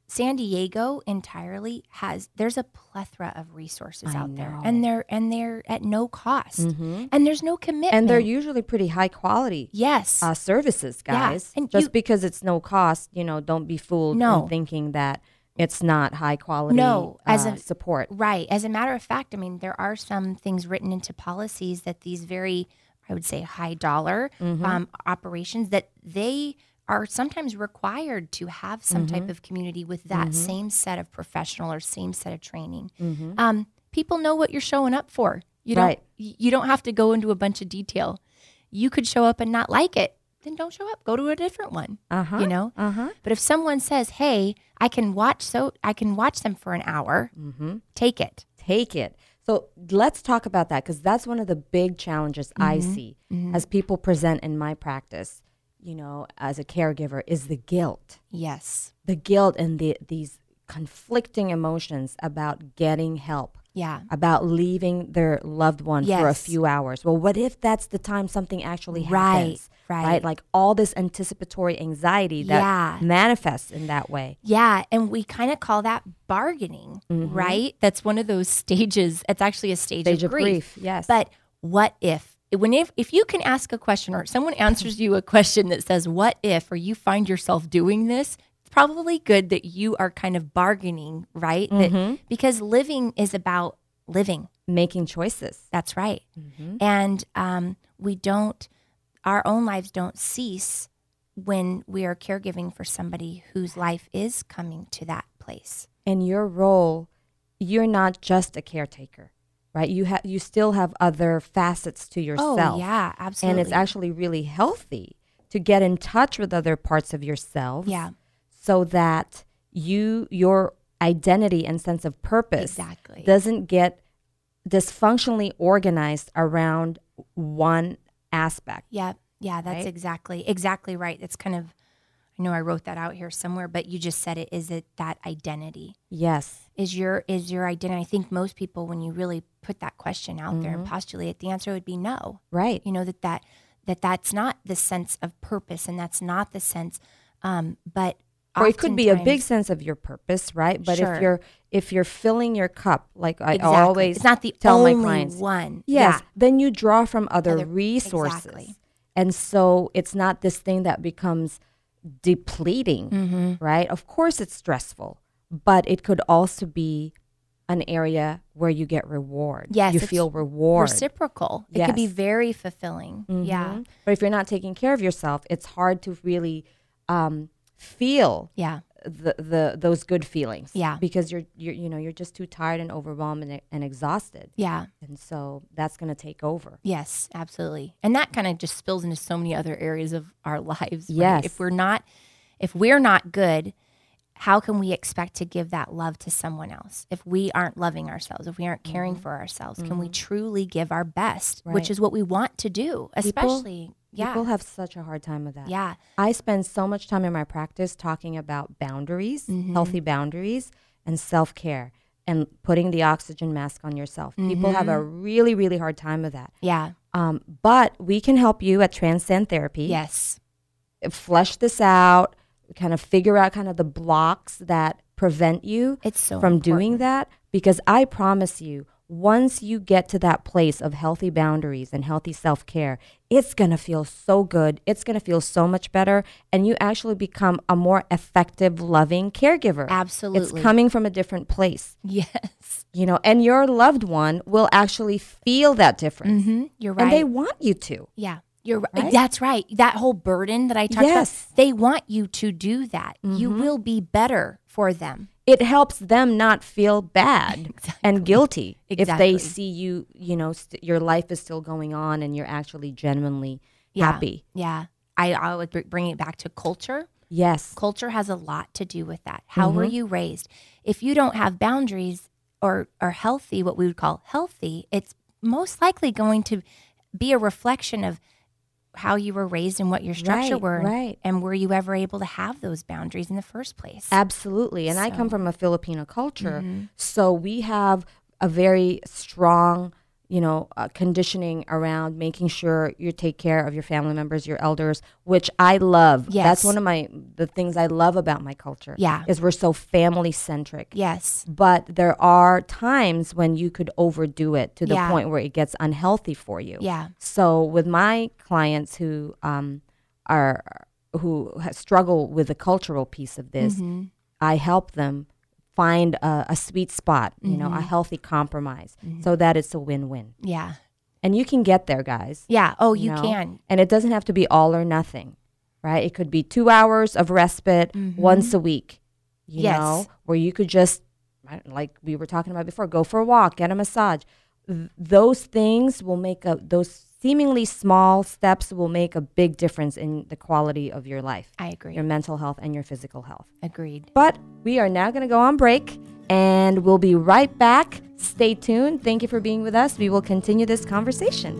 [SPEAKER 4] San Diego entirely has there's a plethora of resources
[SPEAKER 3] I Mm-hmm.
[SPEAKER 4] out there. And they're and they're at no cost. And there's no commitment.
[SPEAKER 3] And they're usually pretty high quality
[SPEAKER 4] Yes.
[SPEAKER 3] uh, services,
[SPEAKER 4] Yeah,
[SPEAKER 3] guys.
[SPEAKER 4] and
[SPEAKER 3] Just
[SPEAKER 4] you-
[SPEAKER 3] because it's no cost, you know, don't be fooled
[SPEAKER 4] No.
[SPEAKER 3] in thinking that it's not high quality
[SPEAKER 4] No, as
[SPEAKER 3] uh,
[SPEAKER 4] a-
[SPEAKER 3] support.
[SPEAKER 4] Right. As a matter of fact, I mean, there are some things written into policies that these very, I would say, high dollar um, operations that they are sometimes required to have some type of community with that same set of professional or same set of training. Um, people know what you're showing up for. You don't.
[SPEAKER 3] Right.
[SPEAKER 4] y- You don't have to go into a bunch of detail. You could show up and not like it. Then don't show up. Go to a different one.
[SPEAKER 3] Uh-huh.
[SPEAKER 4] You know.
[SPEAKER 3] Uh-huh.
[SPEAKER 4] But if someone says, "Hey, I can watch so I can watch them for an hour," take it.
[SPEAKER 3] take it. So let's talk about that because that's one of the big challenges I
[SPEAKER 4] Mm-hmm.
[SPEAKER 3] see as people present in my practice, you know, as a caregiver, is the guilt.
[SPEAKER 4] Yes.
[SPEAKER 3] The guilt and the, these conflicting emotions about getting help,
[SPEAKER 4] Yeah.
[SPEAKER 3] about leaving their loved one for a
[SPEAKER 4] Yes.
[SPEAKER 3] few hours. Well, what if that's the time something actually
[SPEAKER 4] Right,
[SPEAKER 3] happens?
[SPEAKER 4] right.
[SPEAKER 3] Like all this anticipatory anxiety that
[SPEAKER 4] Yeah.
[SPEAKER 3] manifests in that way.
[SPEAKER 4] Yeah. And we kind of call that bargaining, right? That's one of those stages. It's actually a stage,
[SPEAKER 3] Stage
[SPEAKER 4] of
[SPEAKER 3] of
[SPEAKER 4] grief.
[SPEAKER 3] grief, yes.
[SPEAKER 4] But what if? When if, if you can ask a question or someone answers you a question that says, What if? or you find yourself doing this, it's probably good that you are kind of bargaining, right? That- because living is about living.
[SPEAKER 3] Making choices.
[SPEAKER 4] That's right. And um, we don't, our own lives don't cease when we are caregiving for somebody whose life is coming to that place.
[SPEAKER 3] in your role, you're not just a caretaker, right? You have you still have other facets to yourself.
[SPEAKER 4] Oh, yeah, absolutely.
[SPEAKER 3] And it's actually really healthy to get in touch with other parts of yourself
[SPEAKER 4] yeah,
[SPEAKER 3] so that you your identity and sense of purpose
[SPEAKER 4] Exactly.
[SPEAKER 3] doesn't get dysfunctionally organized around one aspect.
[SPEAKER 4] Yeah, yeah, that's
[SPEAKER 3] Right?
[SPEAKER 4] exactly exactly right. That's kind of I know I wrote that out here somewhere, but you just said it. Is it that identity?
[SPEAKER 3] Yes.
[SPEAKER 4] Is your is your identity? I think most people, when you really put that question out there and postulate, the answer would be no.
[SPEAKER 3] Right.
[SPEAKER 4] You know that that that that's not the sense of purpose, and that's not the sense. Um, but
[SPEAKER 3] or it could be a big
[SPEAKER 4] oftentimes-
[SPEAKER 3] sense of your purpose, right? But
[SPEAKER 4] Sure.
[SPEAKER 3] if you're if you're filling your cup, like I
[SPEAKER 4] Exactly.
[SPEAKER 3] always
[SPEAKER 4] It's not the
[SPEAKER 3] tell
[SPEAKER 4] only
[SPEAKER 3] my clients,
[SPEAKER 4] one.
[SPEAKER 3] Yes,
[SPEAKER 4] Yeah.
[SPEAKER 3] then you draw from other,
[SPEAKER 4] Other-
[SPEAKER 3] resources,
[SPEAKER 4] exactly.
[SPEAKER 3] and so it's not this thing that becomes depleting,
[SPEAKER 4] Mm-hmm.
[SPEAKER 3] right? Of course, it's stressful, but it could also be an area where you get reward.
[SPEAKER 4] Yes,
[SPEAKER 3] you
[SPEAKER 4] it's
[SPEAKER 3] feel reward.
[SPEAKER 4] reciprocal. It could be
[SPEAKER 3] Yes.
[SPEAKER 4] very fulfilling. Yeah,
[SPEAKER 3] Mhm. but if you're not taking care of yourself, it's hard to really um, feel
[SPEAKER 4] yeah,
[SPEAKER 3] the, the those good feelings.
[SPEAKER 4] Yeah.
[SPEAKER 3] Because you're you're you know you're just too tired and overwhelmed and, and exhausted,
[SPEAKER 4] yeah.
[SPEAKER 3] and so that's gonna take over.
[SPEAKER 4] Yes, absolutely. And that kind of just spills into so many other areas of our lives. right?
[SPEAKER 3] Yes.
[SPEAKER 4] If we're not if we're not good, how can we expect to give that love to someone else? If we aren't loving ourselves, if we aren't caring for ourselves, can we truly give our best,
[SPEAKER 3] Mm-hmm. Right.
[SPEAKER 4] which is what we want to do, especially yeah.
[SPEAKER 3] People have such a hard time with that.
[SPEAKER 4] yeah.
[SPEAKER 3] I spend so much time in my practice talking about boundaries,
[SPEAKER 4] Mm-hmm.
[SPEAKER 3] healthy boundaries, and self care, and putting the oxygen mask on yourself. People have a
[SPEAKER 4] Mm-hmm.
[SPEAKER 3] really really hard time with that.
[SPEAKER 4] Yeah.
[SPEAKER 3] Um, but we can help you at Transcend Therapy.
[SPEAKER 4] Yes.
[SPEAKER 3] Flesh this out. Kind of figure out kind of the blocks that prevent you
[SPEAKER 4] It's so
[SPEAKER 3] from doing
[SPEAKER 4] important.
[SPEAKER 3] that because I promise you, once you get to that place of healthy boundaries and healthy self care, it's going to feel so good. It's going to feel so much better. And you actually become a more effective, loving caregiver.
[SPEAKER 4] Absolutely.
[SPEAKER 3] It's coming from a different place,
[SPEAKER 4] Yes.
[SPEAKER 3] you know, and your loved one will actually feel that difference.
[SPEAKER 4] hmm You're right.
[SPEAKER 3] And they want you to.
[SPEAKER 4] Yeah. You're right.
[SPEAKER 3] Right?
[SPEAKER 4] That's right. That whole burden that I talked
[SPEAKER 3] Yes. Mm-hmm.
[SPEAKER 4] about, they want you to do that. You will be better for them.
[SPEAKER 3] It helps them not feel bad and guilty if
[SPEAKER 4] Exactly.
[SPEAKER 3] they see you, you know, st- your life is still going on and you're actually genuinely
[SPEAKER 4] Yeah.
[SPEAKER 3] happy.
[SPEAKER 4] Yeah. I, I would br- bring it back to culture.
[SPEAKER 3] Yes.
[SPEAKER 4] Culture has a lot to do with that. How
[SPEAKER 3] Mm-hmm.
[SPEAKER 4] were you raised? If you don't have boundaries or are healthy, what we would call healthy, it's most likely going to be a reflection of how you were raised and what your structure
[SPEAKER 3] Right,
[SPEAKER 4] were. and-
[SPEAKER 3] right.
[SPEAKER 4] And were you ever able to have those boundaries in the first place?
[SPEAKER 3] Absolutely. And I come from a Filipino culture.
[SPEAKER 4] Mm-hmm.
[SPEAKER 3] So we have a very strong, you know, uh, conditioning around making sure you take care of your family members, your elders, which I love. That's
[SPEAKER 4] Yes.
[SPEAKER 3] one of my the things I love about my culture.
[SPEAKER 4] Yeah.
[SPEAKER 3] Is we're so family centric.
[SPEAKER 4] yes.
[SPEAKER 3] But there are times when you could overdo it to the
[SPEAKER 4] Yeah.
[SPEAKER 3] point where it gets unhealthy for you.
[SPEAKER 4] Yeah.
[SPEAKER 3] So with my clients who um, are who ha- struggle with the cultural piece of this,
[SPEAKER 4] Mm-hmm.
[SPEAKER 3] I help them find a, a sweet spot, you know,
[SPEAKER 4] Mm-hmm.
[SPEAKER 3] a healthy compromise, so that it's a win-win.
[SPEAKER 4] Yeah.
[SPEAKER 3] And you can get there, guys.
[SPEAKER 4] Yeah. Oh, you
[SPEAKER 3] know?
[SPEAKER 4] can.
[SPEAKER 3] and it doesn't have to be all or nothing, right? It could be two hours of respite once a week, you
[SPEAKER 4] Yes.
[SPEAKER 3] know, where you could just, I don't- like we were talking about before, go for a walk, get a massage. Th- those things will make a those seemingly small steps will make a big difference in the quality of your life,
[SPEAKER 4] I agree.
[SPEAKER 3] your mental health, and your physical health.
[SPEAKER 4] Agreed.
[SPEAKER 3] But we are now going to go on break and we'll be right back. Stay tuned. Thank you for being with us. We will continue this conversation.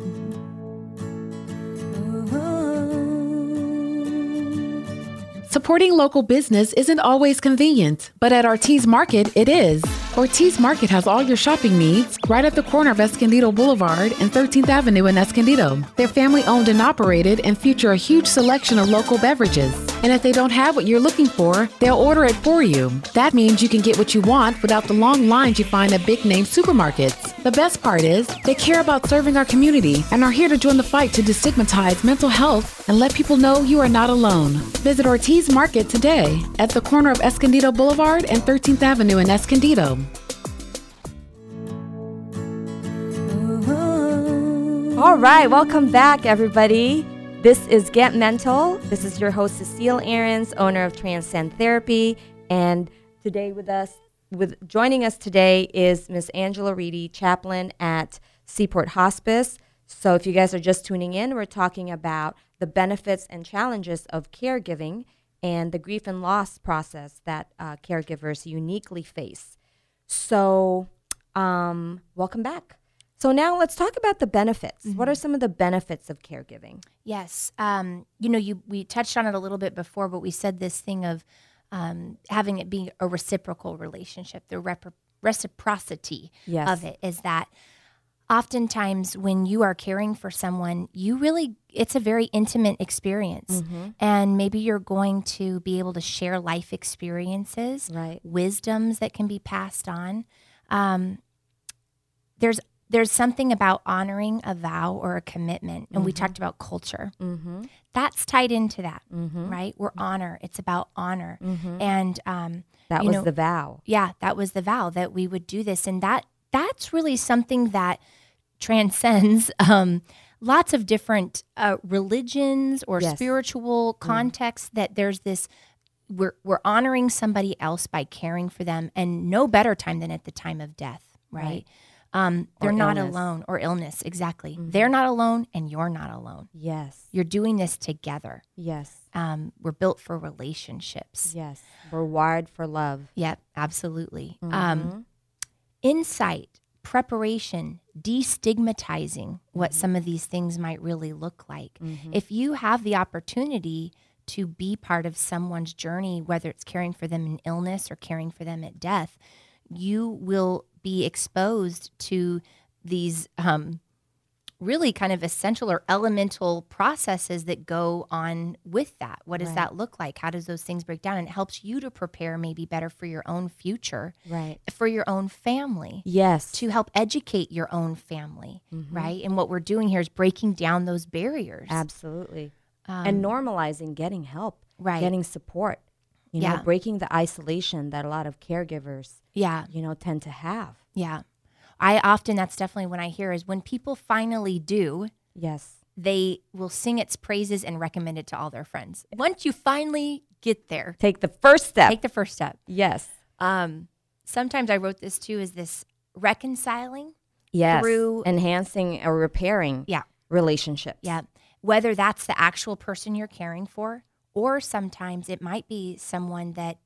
[SPEAKER 5] Supporting local business isn't always convenient, but at Ortiz Market, it is. Ortiz Market has all your shopping needs right at the corner of Escondido Boulevard and 13th Avenue in Escondido. They're family owned and operated and feature a huge selection of local beverages. And if they don't have what you're looking for, they'll order it for you. That means you can get what you want without the long lines you find at big name supermarkets. The best part is, they care about serving our community and are here to join the fight to destigmatize mental health and let people know you are not alone. Visit Ortiz Market today at the corner of Escondido Boulevard and 13th Avenue in Escondido.
[SPEAKER 3] All right, welcome back, everybody. This is Get Mental. This is your host, Cecile Ahrens, owner of Transcend Therapy. And today with us, with joining us today is Miss Angela Reedy, chaplain at Seaport Hospice. So if you guys are just tuning in, we're talking about the benefits and challenges of caregiving and the grief and loss process that uh, caregivers uniquely face. So, um, welcome back. So, now let's talk about the benefits. What are
[SPEAKER 4] Mm-hmm.
[SPEAKER 3] some of the benefits of caregiving?
[SPEAKER 4] Yes. Um, you know, you we touched on it a little bit before, but we said this thing of um, having it be a reciprocal relationship, the repro- reciprocity
[SPEAKER 3] Yes.
[SPEAKER 4] of it is that oftentimes when you are caring for someone, you really it's a very intimate experience.
[SPEAKER 3] Mm-hmm.
[SPEAKER 4] And maybe you're going to be able to share life experiences,
[SPEAKER 3] Right.
[SPEAKER 4] wisdoms that can be passed on. Um, there's there's something about honoring a vow or a commitment, and we talked about culture
[SPEAKER 3] Mm-hmm.
[SPEAKER 4] that's tied into that,
[SPEAKER 3] Mhm.
[SPEAKER 4] right? We're honor. It's about honor. And um,
[SPEAKER 3] Mm-hmm. That
[SPEAKER 4] You
[SPEAKER 3] was
[SPEAKER 4] know-
[SPEAKER 3] the vow.
[SPEAKER 4] yeah, that was the vow that we would do this, and that that's really something that transcends um, lots of different uh, religions or
[SPEAKER 3] Yes. Mm.
[SPEAKER 4] spiritual contexts. That there's this. We're, we're honoring somebody else by caring for them, and no better time than at the time of death, right? Um,
[SPEAKER 3] Or
[SPEAKER 4] they're not
[SPEAKER 3] illness. Mm-hmm.
[SPEAKER 4] alone or illness, exactly. They're not alone, and you're not alone.
[SPEAKER 3] Yes.
[SPEAKER 4] You're doing this together
[SPEAKER 3] Yes.
[SPEAKER 4] um, we're built for relationships.
[SPEAKER 3] Yes. We're wired for love.
[SPEAKER 4] Yep, absolutely.
[SPEAKER 3] Mm-hmm.
[SPEAKER 4] Um, insight, preparation, destigmatizing what some of these things might really look like. If you have the opportunity to be part of someone's journey, whether it's caring for them in illness or caring for them at death, you will be exposed to these um, really kind of essential or elemental processes that go on with that. What does that look like? How does those things break down? And it helps you to prepare maybe better for your own future,
[SPEAKER 3] Right.
[SPEAKER 4] for your own family,
[SPEAKER 3] Yes.
[SPEAKER 4] to help educate your own family, right? And what we're doing here is breaking down those barriers. Um,
[SPEAKER 3] Absolutely. and normalizing getting help,
[SPEAKER 4] Right.
[SPEAKER 3] getting support, you know,
[SPEAKER 4] Yeah.
[SPEAKER 3] breaking the isolation that a lot of caregivers,
[SPEAKER 4] Yeah,
[SPEAKER 3] you know, tend to have.
[SPEAKER 4] yeah. I often, that's definitely what I hear is when people finally do,
[SPEAKER 3] Yes.
[SPEAKER 4] they will sing its praises and recommend it to all their friends. Once you finally get there,
[SPEAKER 3] Take the first step.
[SPEAKER 4] take the first step.
[SPEAKER 3] yes.
[SPEAKER 4] um, sometimes I wrote this too is this reconciling.
[SPEAKER 3] Yes.
[SPEAKER 4] Through-
[SPEAKER 3] enhancing or repairing
[SPEAKER 4] Yeah.
[SPEAKER 3] relationships.
[SPEAKER 4] Yeah. Whether that's the actual person you're caring for, or sometimes it might be someone that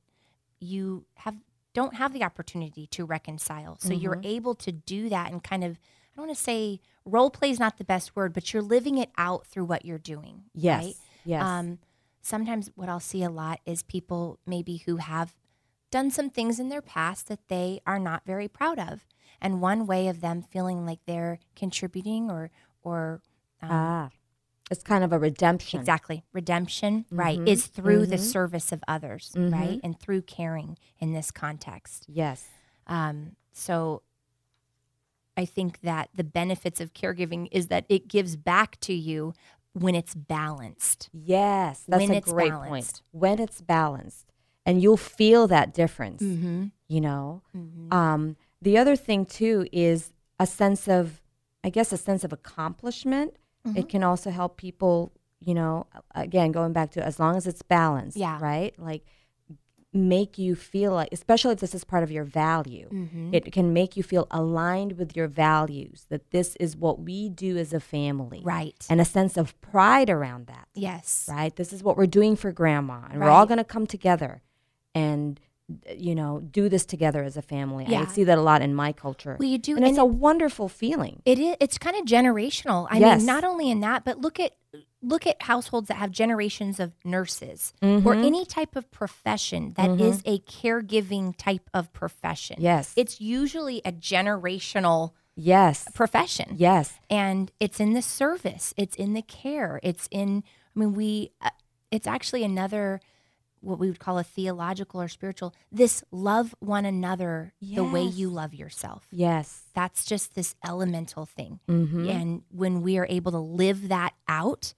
[SPEAKER 4] you have don't have the opportunity to reconcile. So you're
[SPEAKER 3] Mm-hmm.
[SPEAKER 4] able to do that and kind of I don't want to say role play is not the best word, but you're living it out through what you're doing.
[SPEAKER 3] Yes.
[SPEAKER 4] Right?
[SPEAKER 3] Yes.
[SPEAKER 4] Um, sometimes what I'll see a lot is people maybe who have done some things in their past that they are not very proud of, and one way of them feeling like they're contributing or or um,
[SPEAKER 3] ah. It's kind of a redemption. Mm-hmm.
[SPEAKER 4] exactly redemption right is through the service of others right and through caring in this context.
[SPEAKER 3] Yes.
[SPEAKER 4] Um, so I think that the benefits of caregiving is that it gives back to you when it's balanced.
[SPEAKER 3] Yes. That's
[SPEAKER 4] When
[SPEAKER 3] a
[SPEAKER 4] it's
[SPEAKER 3] great point.
[SPEAKER 4] balanced.
[SPEAKER 3] When it's balanced. And you'll feel that difference.
[SPEAKER 4] Mm-hmm.
[SPEAKER 3] you know um, the other thing too is a sense of i guess a sense of accomplishment
[SPEAKER 4] Mm-hmm.
[SPEAKER 3] it can also help people you know again going back to as long as it's balanced
[SPEAKER 4] Yeah.
[SPEAKER 3] right like make you feel like especially if this is part of your value
[SPEAKER 4] Mm-hmm.
[SPEAKER 3] it can make you feel aligned with your values that this is what we do as a family
[SPEAKER 4] Right.
[SPEAKER 3] and a sense of pride around that
[SPEAKER 4] Yes.
[SPEAKER 3] right? This is what we're doing for grandma, and we're all
[SPEAKER 4] Right.
[SPEAKER 3] going to come together and you know do this together as a family. I
[SPEAKER 4] Yeah.
[SPEAKER 3] see that a lot in my culture.
[SPEAKER 4] Well, you do,
[SPEAKER 3] and it's
[SPEAKER 4] and
[SPEAKER 3] a wonderful feeling.
[SPEAKER 4] It is. It's kind of generational. I
[SPEAKER 3] Yes.
[SPEAKER 4] mean, not only in that, but look at look at households that have generations of nurses or
[SPEAKER 3] Mm-hmm.
[SPEAKER 4] any type of profession that is a caregiving type of profession.
[SPEAKER 3] Yes.
[SPEAKER 4] it's usually a generational
[SPEAKER 3] Yes,
[SPEAKER 4] profession.
[SPEAKER 3] yes,
[SPEAKER 4] and it's in the service. It's in the care. It's in. I mean, we. Uh, it's actually another what we would call a theological or spiritual. This love one another the way you love yourself
[SPEAKER 3] yes, Mm-hmm.
[SPEAKER 4] that's just this elemental thing. And when we are able to live that out,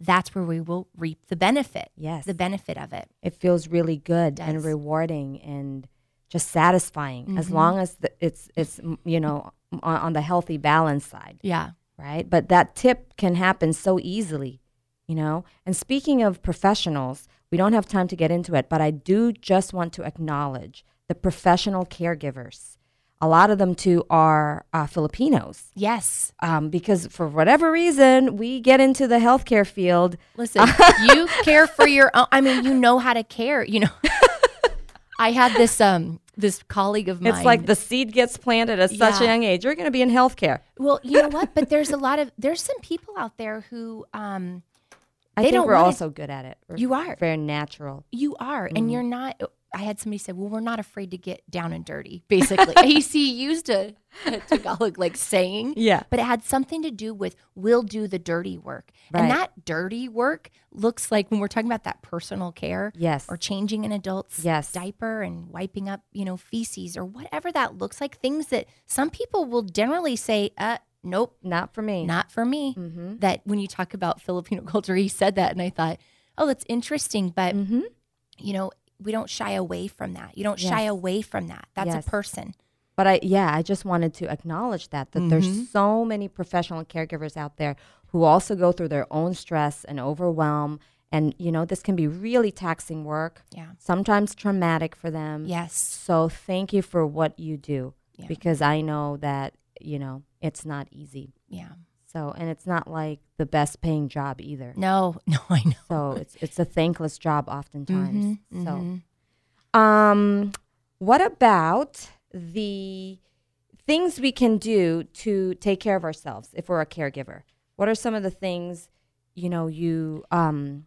[SPEAKER 4] that's where we will reap the benefit.
[SPEAKER 3] Yes.
[SPEAKER 4] The benefit of it.
[SPEAKER 3] it feels really good and
[SPEAKER 4] does. Mm-hmm.
[SPEAKER 3] rewarding and just satisfying as long as the, it's it's mm, you know on, on the healthy balance side.
[SPEAKER 4] Yeah.
[SPEAKER 3] right? But that tip can happen so easily, you know? And speaking of professionals, we don't have time to get into it, but I do just want to acknowledge the professional caregivers. a lot of them too are uh, Filipinos.
[SPEAKER 4] Yes.
[SPEAKER 3] Um, because for whatever reason, we get into the healthcare field.
[SPEAKER 4] Listen, you care for your own. I mean, you know how to care. You know, I had this um this colleague of mine.
[SPEAKER 3] It's like the seed gets planted at such a
[SPEAKER 4] Yeah.
[SPEAKER 3] young age. You're going to be in healthcare.
[SPEAKER 4] well, you know what? But there's a lot of there's some people out there who um
[SPEAKER 3] I
[SPEAKER 4] They
[SPEAKER 3] think
[SPEAKER 4] don't
[SPEAKER 3] we're
[SPEAKER 4] wanna-
[SPEAKER 3] also good at it. We're
[SPEAKER 4] You are.
[SPEAKER 3] very natural.
[SPEAKER 4] you are
[SPEAKER 3] Mm-hmm.
[SPEAKER 4] and you're not. I had somebody say, "Well, we're not afraid to get down and dirty." Basically, AC used a, a Tagalog like saying.
[SPEAKER 3] Yeah.
[SPEAKER 4] but it had something to do with we'll do the dirty work.
[SPEAKER 3] Right.
[SPEAKER 4] And that dirty work looks like when we're talking about that personal care
[SPEAKER 3] Yes.
[SPEAKER 4] or changing an adult's
[SPEAKER 3] Yes.
[SPEAKER 4] diaper and wiping up, you know, feces or whatever that looks like, things that some people will generally say, uh, nope,
[SPEAKER 3] Not for me.
[SPEAKER 4] not for me. That when you talk about Filipino culture, he said that and I thought, oh, that's interesting, but
[SPEAKER 3] Mhm.
[SPEAKER 4] you know, we don't shy away from that. You don't shy
[SPEAKER 3] Yes.
[SPEAKER 4] away from that. That's
[SPEAKER 3] Yes.
[SPEAKER 4] a person.
[SPEAKER 3] But I, yeah, I just wanted to acknowledge that that there's so many professional caregivers out there who also go through their own stress and overwhelm, and you know this can be really taxing work,
[SPEAKER 4] Yeah.
[SPEAKER 3] sometimes traumatic for them.
[SPEAKER 4] Yes.
[SPEAKER 3] So thank you for what you do
[SPEAKER 4] Yeah.
[SPEAKER 3] because I know that you know it's not easy.
[SPEAKER 4] Yeah.
[SPEAKER 3] So and it's not like the best paying job either.
[SPEAKER 4] No, no, I know.
[SPEAKER 3] So it's it's a thankless job oftentimes.
[SPEAKER 4] Mhm,
[SPEAKER 3] So.
[SPEAKER 4] mhm.
[SPEAKER 3] Um, what about the things we can do to take care of ourselves if we're a caregiver? What are some of the things you know you um,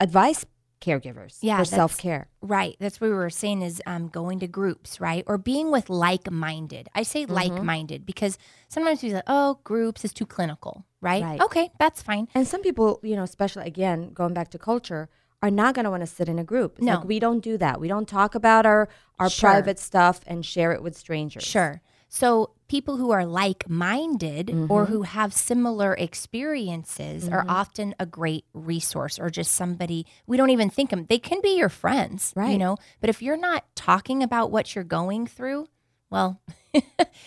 [SPEAKER 3] advise caregivers
[SPEAKER 4] Yeah,
[SPEAKER 3] for
[SPEAKER 4] that's-
[SPEAKER 3] self care?
[SPEAKER 4] Right. That's what we were saying is um, going to groups, right? Or being with like minded. I say like minded because sometimes we say, oh, groups is too clinical, right?
[SPEAKER 3] Right.
[SPEAKER 4] Okay, that's fine.
[SPEAKER 3] And some people, you know, especially again going back to culture, are not going to want to sit in a group. It's
[SPEAKER 4] No.
[SPEAKER 3] like we don't do that. We don't talk about our our
[SPEAKER 4] Sure.
[SPEAKER 3] private stuff and share it with strangers.
[SPEAKER 4] Sure. So people who are like minded or
[SPEAKER 3] Mm-hmm.
[SPEAKER 4] who have similar experiences are often a great resource or just somebody we don't even think them. They can be your friends, you
[SPEAKER 3] Right.
[SPEAKER 4] know, but if you're not talking about what you're going through, well,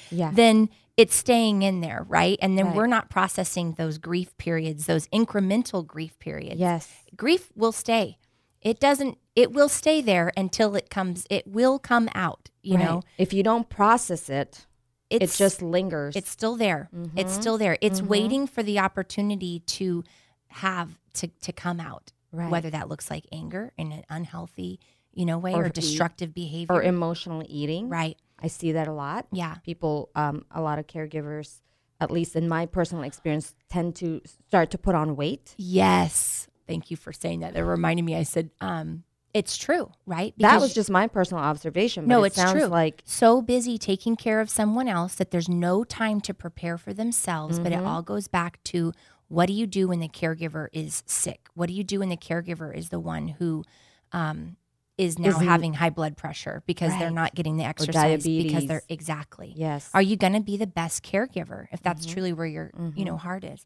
[SPEAKER 3] Yeah.
[SPEAKER 4] then it's staying in there, right? And then
[SPEAKER 3] Right.
[SPEAKER 4] we're not processing those grief periods, those incremental grief periods.
[SPEAKER 3] yes.
[SPEAKER 4] Grief will stay. It doesn't it will stay there until it comes it will come out, you
[SPEAKER 3] Right.
[SPEAKER 4] know.
[SPEAKER 3] if you don't process it, it just lingers.
[SPEAKER 4] it's still there. It's
[SPEAKER 3] Mm-hmm.
[SPEAKER 4] still there. It's waiting for the opportunity to have to to come out.
[SPEAKER 3] Right.
[SPEAKER 4] Whether that looks like anger in an unhealthy, you know, way
[SPEAKER 3] Or
[SPEAKER 4] or,
[SPEAKER 3] eat.
[SPEAKER 4] destructive behavior.
[SPEAKER 3] or emotional eating.
[SPEAKER 4] right.
[SPEAKER 3] I see that a lot.
[SPEAKER 4] Yeah.
[SPEAKER 3] People, um, a lot of caregivers, at least in my personal experience, tend to start to put on weight.
[SPEAKER 4] Yes. Thank you for saying that. That reminded me. I said, um, it's true, right?
[SPEAKER 3] that
[SPEAKER 4] Because
[SPEAKER 3] was just my personal observation. But
[SPEAKER 4] no,
[SPEAKER 3] it
[SPEAKER 4] it's
[SPEAKER 3] sounds
[SPEAKER 4] true.
[SPEAKER 3] like
[SPEAKER 4] so busy taking care of someone else that there's no time to prepare for themselves. But
[SPEAKER 3] Mm-hmm.
[SPEAKER 4] it all goes back to what do you do when the caregiver is sick? What do you do when the caregiver is the one who um, is now
[SPEAKER 3] Isn't-
[SPEAKER 4] having high blood pressure because they're
[SPEAKER 3] Right.
[SPEAKER 4] not getting the exercise because
[SPEAKER 3] diabetes.
[SPEAKER 4] they're exactly.
[SPEAKER 3] yes, Mm-hmm.
[SPEAKER 4] Are you going to be the best caregiver if that's truly where your you know heart is?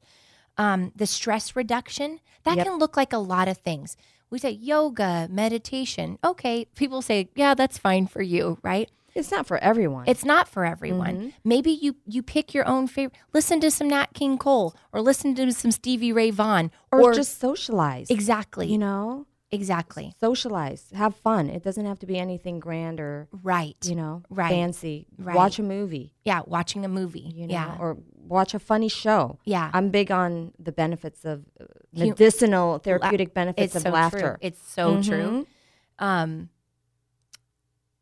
[SPEAKER 4] Um, the stress reduction that
[SPEAKER 3] Yep.
[SPEAKER 4] can look like a lot of things. We say yoga, meditation. Okay, people say, yeah, that's fine for you, right?
[SPEAKER 3] it's not for everyone.
[SPEAKER 4] It's not for everyone.
[SPEAKER 3] Mm-hmm.
[SPEAKER 4] Maybe you you pick your own favorite. Listen to some Nat King Cole, or listen to some Stevie Ray Vaughan,
[SPEAKER 3] or, just socialize.
[SPEAKER 4] exactly,
[SPEAKER 3] You know,
[SPEAKER 4] exactly,
[SPEAKER 3] socialize, have fun. It doesn't have to be anything grand or
[SPEAKER 4] right?
[SPEAKER 3] you know
[SPEAKER 4] Right.
[SPEAKER 3] fancy.
[SPEAKER 4] Right.
[SPEAKER 3] Watch a movie.
[SPEAKER 4] yeah, watching a movie,
[SPEAKER 3] You know,
[SPEAKER 4] yeah,
[SPEAKER 3] or watch a funny show.
[SPEAKER 4] yeah.
[SPEAKER 3] I'm big on the benefits of uh,
[SPEAKER 4] Hu-
[SPEAKER 3] medicinal,
[SPEAKER 4] La-
[SPEAKER 3] therapeutic benefits
[SPEAKER 4] it's
[SPEAKER 3] of
[SPEAKER 4] so
[SPEAKER 3] laughter.
[SPEAKER 4] True. It's so
[SPEAKER 3] Mhm.
[SPEAKER 4] true. Um,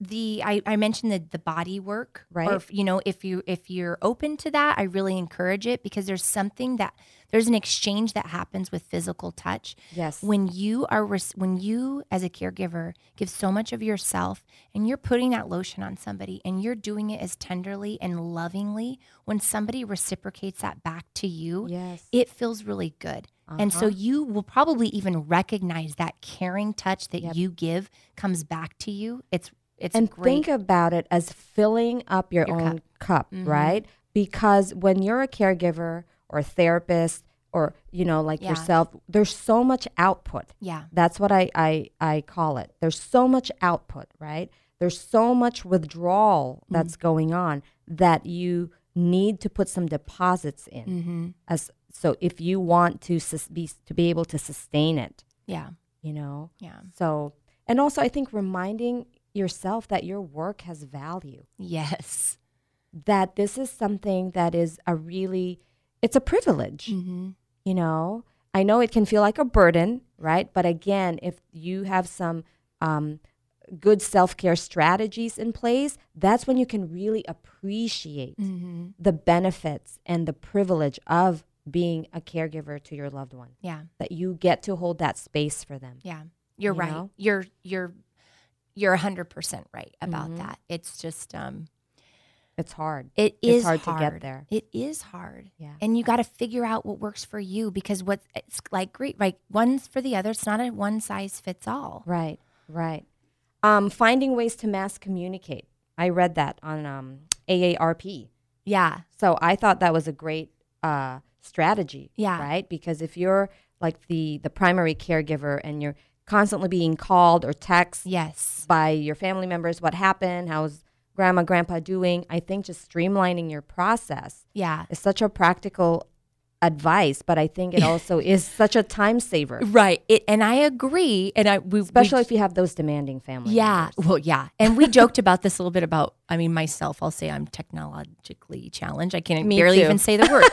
[SPEAKER 4] the I, I mentioned the the body work,
[SPEAKER 3] Right.
[SPEAKER 4] Or if, you know, if you if you're open to that, I really encourage it because there's something that there's an exchange that happens with physical touch.
[SPEAKER 3] Yes.
[SPEAKER 4] when you are res- when you as a caregiver give so much of yourself and you're putting that lotion on somebody and you're doing it as tenderly and lovingly when somebody reciprocates that back to you
[SPEAKER 3] Yes.
[SPEAKER 4] it feels really good and so you will probably even recognize that caring touch that you give comes back to you it's it's
[SPEAKER 3] and
[SPEAKER 4] great
[SPEAKER 3] think about it as filling up your,
[SPEAKER 4] Your Mm-hmm.
[SPEAKER 3] own cup, right? Because when you're a caregiver or a therapist or you know like
[SPEAKER 4] Yeah.
[SPEAKER 3] yourself, there's so much output.
[SPEAKER 4] yeah
[SPEAKER 3] That's what I, I I call it. There's so much output, right? There's so much withdrawal
[SPEAKER 4] Mm.
[SPEAKER 3] that's going on that you need to put some deposits in.
[SPEAKER 4] Mm-hmm.
[SPEAKER 3] As so, if you want to sus- be to be able to sustain it,
[SPEAKER 4] yeah
[SPEAKER 3] you know.
[SPEAKER 4] yeah
[SPEAKER 3] So, and also, I think reminding yourself that your work has value,
[SPEAKER 4] Yes.
[SPEAKER 3] that this is something that is a really, it's a privilege,
[SPEAKER 4] Mm-hmm.
[SPEAKER 3] you know? I know it can feel like a burden, right? But again, if you have some um, good self care strategies in place, that's when you can really appreciate
[SPEAKER 4] Mm-hmm.
[SPEAKER 3] the benefits and the privilege of being a caregiver to your loved one
[SPEAKER 4] Yeah.
[SPEAKER 3] that you get to hold that space for them
[SPEAKER 4] Yeah. You're
[SPEAKER 3] You
[SPEAKER 4] right.
[SPEAKER 3] know?
[SPEAKER 4] You're you're you're 100% right about
[SPEAKER 3] Mhm.
[SPEAKER 4] that. It's just um
[SPEAKER 3] it's hard
[SPEAKER 4] It
[SPEAKER 3] It's
[SPEAKER 4] is
[SPEAKER 3] hard to get there.
[SPEAKER 4] It is hard.
[SPEAKER 3] Yeah.
[SPEAKER 4] And you got to figure out what works for you because what it's like great, like one's for the other. It's not a one size fits all.
[SPEAKER 3] right right um, finding ways to mass communicate i read that on um, aarp
[SPEAKER 4] Yeah.
[SPEAKER 3] so i thought that was a great uh, strategy
[SPEAKER 4] Yeah.
[SPEAKER 3] right because if you're like the the primary caregiver and you're constantly being called or text
[SPEAKER 4] Yes.
[SPEAKER 3] by your family members what happened how's grandma grandpa doing i think just streamlining your process
[SPEAKER 4] Yeah.
[SPEAKER 3] is such a practical advice but i think it also is such a time saver
[SPEAKER 4] Right. It, and I agree. And I we we-
[SPEAKER 3] especially if you have those demanding families
[SPEAKER 4] yeah. Well, yeah. And we joked about this a little bit about. I mean, myself. I'll say I'm technologically challenged. I can't
[SPEAKER 3] Me
[SPEAKER 4] barely
[SPEAKER 3] too.
[SPEAKER 4] even say the word.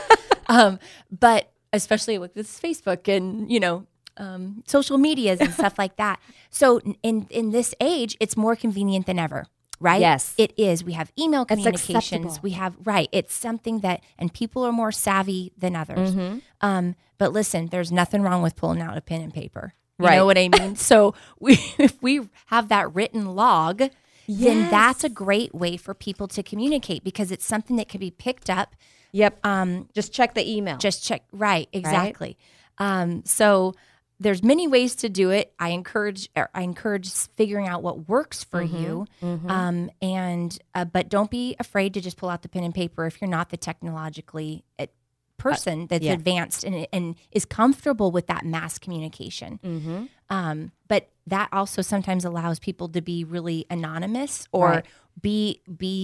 [SPEAKER 4] um, but especially with this Facebook and you know um, social medias and stuff like that. So in in this age, it's more convenient than ever. Right?
[SPEAKER 3] Yes.
[SPEAKER 4] It is. We have email
[SPEAKER 3] It's
[SPEAKER 4] communications.
[SPEAKER 3] acceptable.
[SPEAKER 4] We have right. It's something that and people are more savvy than others. Um, but listen, there's nothing wrong with pulling out a pen and paper. You
[SPEAKER 3] Right.
[SPEAKER 4] know what I mean? so we if we have that written log, then that's a great way for people to communicate because it's something that can be picked up.
[SPEAKER 3] yep
[SPEAKER 4] Um,
[SPEAKER 3] just check the email
[SPEAKER 4] just check right exactly um so there's many ways to do it i encourage er, i encourage figuring out what works for
[SPEAKER 3] Mm-hmm,
[SPEAKER 4] you um and uh, but don't be afraid to just pull out the pen and paper if you're not the technologically ad- person that's
[SPEAKER 3] Uh, yeah.
[SPEAKER 4] advanced and, and is comfortable with that mass communication
[SPEAKER 3] mm-hmm.
[SPEAKER 4] um, but that also sometimes allows people to be really anonymous or
[SPEAKER 3] Right.
[SPEAKER 4] be be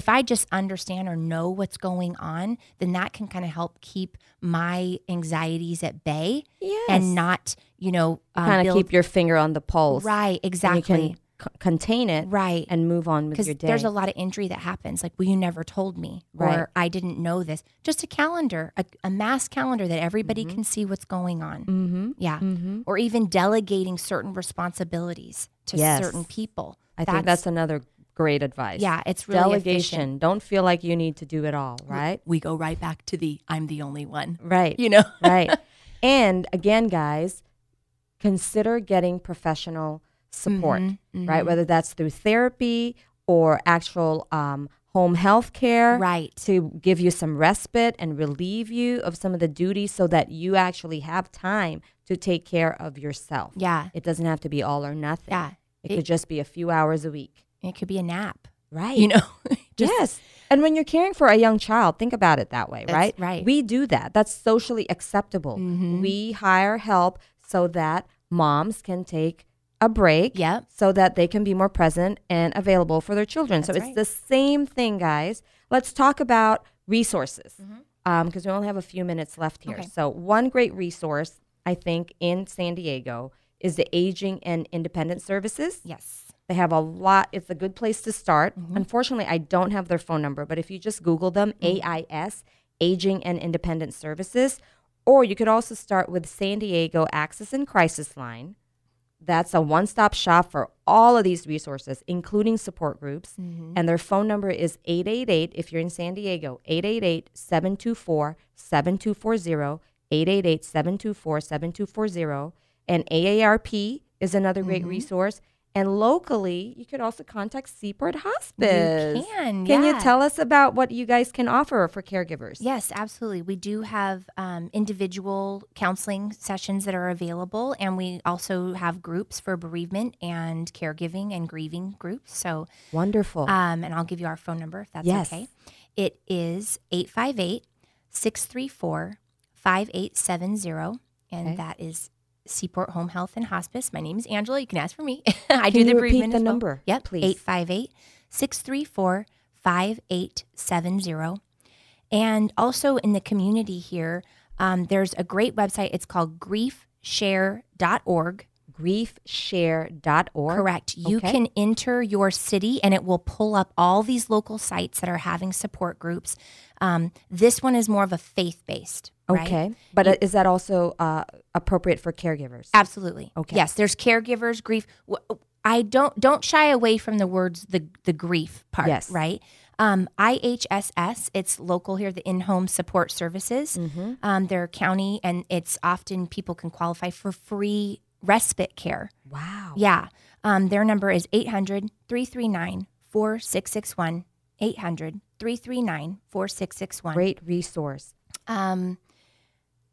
[SPEAKER 4] if i just understand or know what's going on then that can kind of help keep my anxieties at bay
[SPEAKER 3] yes.
[SPEAKER 4] and not you know um,
[SPEAKER 3] kind of
[SPEAKER 4] build-
[SPEAKER 3] keep your finger on the pulse
[SPEAKER 4] right
[SPEAKER 3] and you
[SPEAKER 4] exactly
[SPEAKER 3] can c- contain it
[SPEAKER 4] right
[SPEAKER 3] and move on with
[SPEAKER 4] because
[SPEAKER 3] your day
[SPEAKER 4] there's a lot of injury that happens like well you never told me
[SPEAKER 3] Right.
[SPEAKER 4] or i didn't know this just a calendar a, a mass calendar that everybody can see what's going on
[SPEAKER 3] mm-hmm.
[SPEAKER 4] yeah.
[SPEAKER 3] Mhm.
[SPEAKER 4] Or even delegating certain responsibilities to
[SPEAKER 3] Yes.
[SPEAKER 4] certain people.
[SPEAKER 3] i think that's another great advice
[SPEAKER 4] yeah, it's really
[SPEAKER 3] delegation
[SPEAKER 4] efficient.
[SPEAKER 3] don't feel like you need to do it all right
[SPEAKER 4] We go right back to the I'm the only one.
[SPEAKER 3] right
[SPEAKER 4] You know.
[SPEAKER 3] right. And again, guys, consider getting professional support,
[SPEAKER 4] Mhm,
[SPEAKER 3] right?
[SPEAKER 4] mhm.
[SPEAKER 3] Whether that's through therapy or actual um, home health care
[SPEAKER 4] Right.
[SPEAKER 3] to give you some respite and relieve you of some of the duties so that you actually have time to take care of yourself.
[SPEAKER 4] Yeah.
[SPEAKER 3] It doesn't have to be all or nothing.
[SPEAKER 4] Yeah.
[SPEAKER 3] It,
[SPEAKER 4] It-
[SPEAKER 3] could just be a few hours a week.
[SPEAKER 4] It could be a nap.
[SPEAKER 3] Right.
[SPEAKER 4] You know. Just-
[SPEAKER 3] yes. And when you're caring for a young child, think about it that way,
[SPEAKER 4] That's
[SPEAKER 3] right?
[SPEAKER 4] right.
[SPEAKER 3] We do that. That's socially acceptable.
[SPEAKER 4] Mhm.
[SPEAKER 3] We hire help so that moms can take a break.
[SPEAKER 4] Yep.
[SPEAKER 3] So that they can be more present and available for their children. so
[SPEAKER 4] That's
[SPEAKER 3] it's
[SPEAKER 4] right.
[SPEAKER 3] the same thing, guys. Let's talk about resources because we only have a few minutes left here.
[SPEAKER 4] Mm-hmm. Okay.
[SPEAKER 3] So, one great resource, I think, in San Diego is the Aging and Independent Services.
[SPEAKER 4] Yes.
[SPEAKER 3] They have a lot. It's a good place to start. Unfortunately, I don't have their phone number, but if you just Google them, AIS, Aging and Independent Services, or you could also start with San Diego Access and Crisis Line. That's a one stop shop for all of these resources, including support groups.
[SPEAKER 4] Mm-hmm.
[SPEAKER 3] And their phone number is 888, if you're in San Diego, 888 724 7240, 888 724 7240. And AARP is another great
[SPEAKER 4] Mm-hmm.
[SPEAKER 3] resource. And locally, you could also contact Seaport Hospice.
[SPEAKER 4] can,
[SPEAKER 3] Can you
[SPEAKER 4] yeah.
[SPEAKER 3] tell us about what you guys can offer for caregivers?
[SPEAKER 4] Yes, absolutely. We do have um, individual counseling sessions that are available, and we also have groups for bereavement and caregiving and grieving groups. So
[SPEAKER 3] Wonderful.
[SPEAKER 4] Um, and I'll give you our phone number if that's
[SPEAKER 3] Yes.
[SPEAKER 4] okay. It is 858 634 5870. And
[SPEAKER 3] Okay.
[SPEAKER 4] that is Seaport Home Health and Hospice. My name is Angela. You can ask for me. I
[SPEAKER 3] Can
[SPEAKER 4] do the
[SPEAKER 3] you repeat
[SPEAKER 4] bereavement
[SPEAKER 3] the
[SPEAKER 4] as well.
[SPEAKER 3] number,
[SPEAKER 4] Yep.
[SPEAKER 3] please?
[SPEAKER 4] 858 634 5870. And also in the community here, um, there's a great website. It's called griefshare.org
[SPEAKER 3] griefshare.org.
[SPEAKER 4] Correct. You
[SPEAKER 3] Okay.
[SPEAKER 4] can enter your city and it will pull up all these local sites that are having support groups. Um, this one is more of a faith based.
[SPEAKER 3] Okay. But uh, is that also uh, appropriate for caregivers?
[SPEAKER 4] Absolutely.
[SPEAKER 3] Okay.
[SPEAKER 4] Yes, there's caregivers, grief. W- I don't don't shy away from the words the the grief part.
[SPEAKER 3] Yes.
[SPEAKER 4] Right. Um, IHSS. It's local here. The in home support services.
[SPEAKER 3] Mm-hmm.
[SPEAKER 4] Um, they're county, and it's often people can qualify for free respite care.
[SPEAKER 3] Wow.
[SPEAKER 4] Yeah. Um, their number is 800 339 4661. 800 339 4661.
[SPEAKER 3] Great resource.
[SPEAKER 4] Um,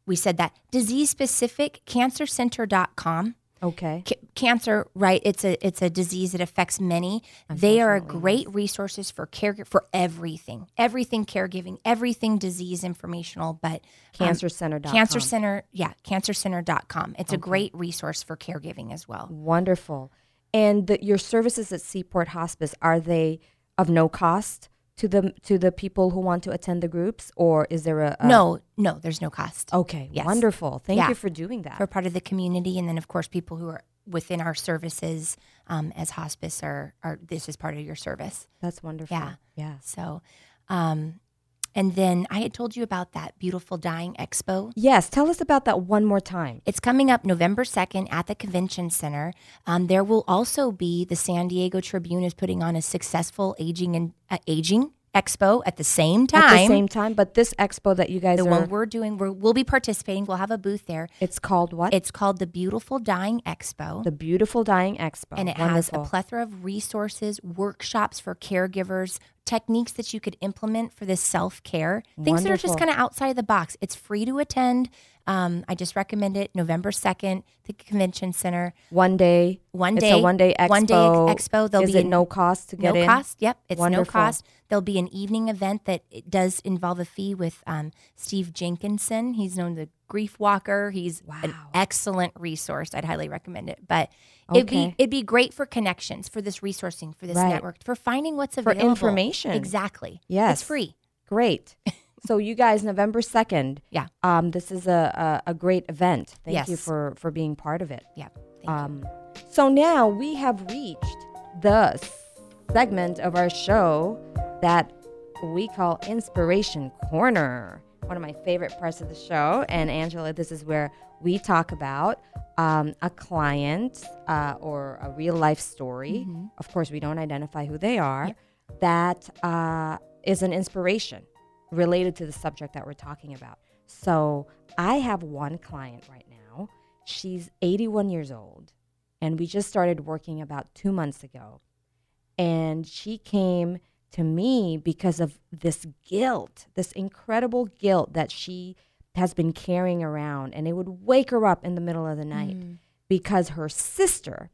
[SPEAKER 4] we said that. Disease specific, cancercenter.com.
[SPEAKER 3] Okay.
[SPEAKER 4] C- cancer, right? It's a it's a disease that affects many. They are great resources for care for everything, everything caregiving, everything disease informational. But um,
[SPEAKER 3] Cancercenter.com.
[SPEAKER 4] cancer center, yeah, cancercenter.com. It's a great resource for caregiving as well.
[SPEAKER 3] Wonderful. And the, your services at Seaport Hospice are they of no cost to the to the people who want to attend the groups, or is there a, a
[SPEAKER 4] no, no, there's no cost.
[SPEAKER 3] Okay,
[SPEAKER 4] Yes.
[SPEAKER 3] wonderful. Thank
[SPEAKER 4] Yeah.
[SPEAKER 3] you for doing that.
[SPEAKER 4] for part of the community, and then of course people who are within our services um, as hospice are, are this is part of your service.
[SPEAKER 3] That's wonderful.
[SPEAKER 4] Yeah.
[SPEAKER 3] Yeah.
[SPEAKER 4] So, um, and then I had told you about that beautiful dying expo.
[SPEAKER 3] Yes. Tell us about that one more time.
[SPEAKER 4] It's coming up November 2nd at the Convention Center. Um, there will also be the San Diego Tribune is putting on a successful aging and uh, aging expo at the same time.
[SPEAKER 3] At the same time, but this expo that you guys
[SPEAKER 4] the
[SPEAKER 3] are,
[SPEAKER 4] one we're doing, we're, we'll be participating. We'll have a booth there.
[SPEAKER 3] it's called what?
[SPEAKER 4] It's called the Beautiful Dying Expo.
[SPEAKER 3] the Beautiful Dying Expo.
[SPEAKER 4] and it
[SPEAKER 3] Wonderful.
[SPEAKER 4] has a plethora of resources, workshops for caregivers, techniques that you could implement for this self care, things that are just
[SPEAKER 3] Wonderful.
[SPEAKER 4] kind of outside of the box. It's free to attend. Um, I just recommend it November 2nd, the convention center.
[SPEAKER 3] one day.
[SPEAKER 4] One
[SPEAKER 3] it's
[SPEAKER 4] day,
[SPEAKER 3] a one day expo.
[SPEAKER 4] one day expo. There'll
[SPEAKER 3] is
[SPEAKER 4] be
[SPEAKER 3] it
[SPEAKER 4] an-
[SPEAKER 3] no cost to get
[SPEAKER 4] no
[SPEAKER 3] in?
[SPEAKER 4] cost. Yep, it's no
[SPEAKER 3] Wonderful.
[SPEAKER 4] cost. There'll be an evening event that it does involve a fee with um, Steve Jenkinson. He's known the grief walker. He's an
[SPEAKER 3] Wow.
[SPEAKER 4] excellent resource. I'd highly recommend it. But it'd be
[SPEAKER 3] Okay.
[SPEAKER 4] it'd be great for connections, for this resourcing, for this
[SPEAKER 3] Right.
[SPEAKER 4] network, for finding what's
[SPEAKER 3] For
[SPEAKER 4] available,
[SPEAKER 3] information.
[SPEAKER 4] Exactly.
[SPEAKER 3] Yes.
[SPEAKER 4] it's free.
[SPEAKER 3] Great. so you guys, November second.
[SPEAKER 4] Yeah.
[SPEAKER 3] Um, this is a, a, a great event. Thank you
[SPEAKER 4] Yes.
[SPEAKER 3] for for being part of it.
[SPEAKER 4] Yeah. Thank you.
[SPEAKER 3] Um, so now we have reached the segment of our show that we call Inspiration Corner, one of my favorite parts of the show. And Angela, this is where we talk about um, a client uh, or a real life story. Of course, we don't identify who they are, That uh, is an inspiration related to the subject that we're talking about. So I have one client right now. She's 81 years old, and we just started working about two months ago. And she came to me because of this guilt, this incredible guilt that she has been carrying around. And it would wake her up in the middle of the night because her sister,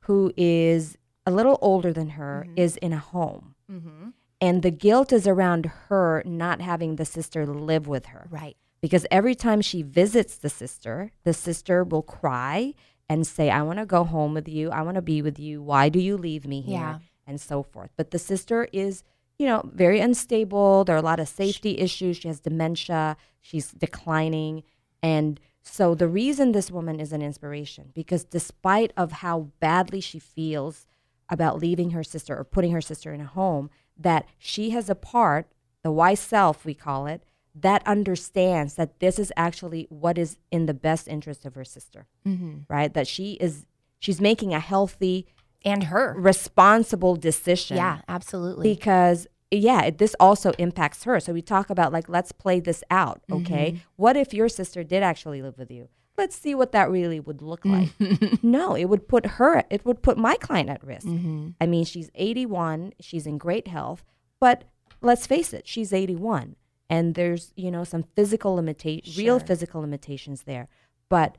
[SPEAKER 3] who is a little older than her, is in a home.
[SPEAKER 4] Mm-hmm.
[SPEAKER 3] And the guilt is around her not having the sister live with her
[SPEAKER 4] Right.
[SPEAKER 3] because every time she visits the sister, the sister will cry and say, I want to go home with you. I want to be with you. Why do you leave me here?
[SPEAKER 4] Yeah.
[SPEAKER 3] And so forth. But the sister is, you know, very unstable. There are a lot of safety issues. She has dementia. She's declining. And so the reason this woman is an inspiration, because despite of how badly she feels about leaving her sister or putting her sister in a home, that she has a part, the why self, we call it, that understands that this is actually what is in the best interest of her sister,
[SPEAKER 4] Mm-hmm.
[SPEAKER 3] right? That she is she's making a healthy,
[SPEAKER 4] And her.
[SPEAKER 3] responsible decision.
[SPEAKER 4] Yeah. Absolutely.
[SPEAKER 3] Because yeah, it, this also impacts her. So we talk about like let's play this out, okay?
[SPEAKER 4] Mm-hmm.
[SPEAKER 3] What if your sister did actually live with you? Let's see what that really would look like. no, it would put her it would put my client at risk.
[SPEAKER 4] mm-hmm.
[SPEAKER 3] I mean, she's 81, she's in great health, but let's face it, she's 81 and there's, you know, some physical limitations, real
[SPEAKER 4] Sure.
[SPEAKER 3] physical limitations there. But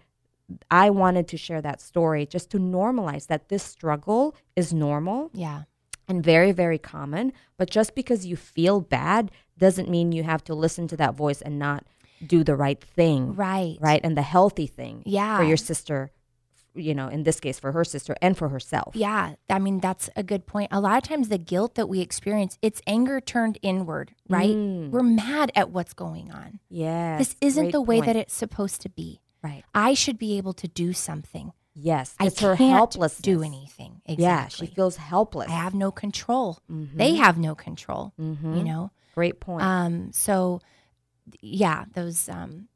[SPEAKER 3] I wanted to share that story just to normalize that this struggle is normal
[SPEAKER 4] Yeah.
[SPEAKER 3] and very very common, but just because you feel bad doesn't mean you have to listen to that voice and not do the right thing
[SPEAKER 4] Right.
[SPEAKER 3] right and the healthy thing
[SPEAKER 4] Yeah.
[SPEAKER 3] for your sister you know in this case for her sister and for herself
[SPEAKER 4] Yeah, I mean that's a good point. A lot of times the guilt that we experience, it's anger turned inward, right?
[SPEAKER 3] Mm.
[SPEAKER 4] We're mad at what's going on.
[SPEAKER 3] Yes.
[SPEAKER 4] this isn't
[SPEAKER 3] great
[SPEAKER 4] the way
[SPEAKER 3] point.
[SPEAKER 4] that it's supposed to be.
[SPEAKER 3] Right.
[SPEAKER 4] I should be able to do something.
[SPEAKER 3] Yes,
[SPEAKER 4] I
[SPEAKER 3] it's her
[SPEAKER 4] can't
[SPEAKER 3] helplessness.
[SPEAKER 4] do anything. Exactly.
[SPEAKER 3] Yeah, she feels helpless.
[SPEAKER 4] I have no control. They have no control. You know.
[SPEAKER 3] Great Mm-hmm. point.
[SPEAKER 4] Um, so, yeah, those um,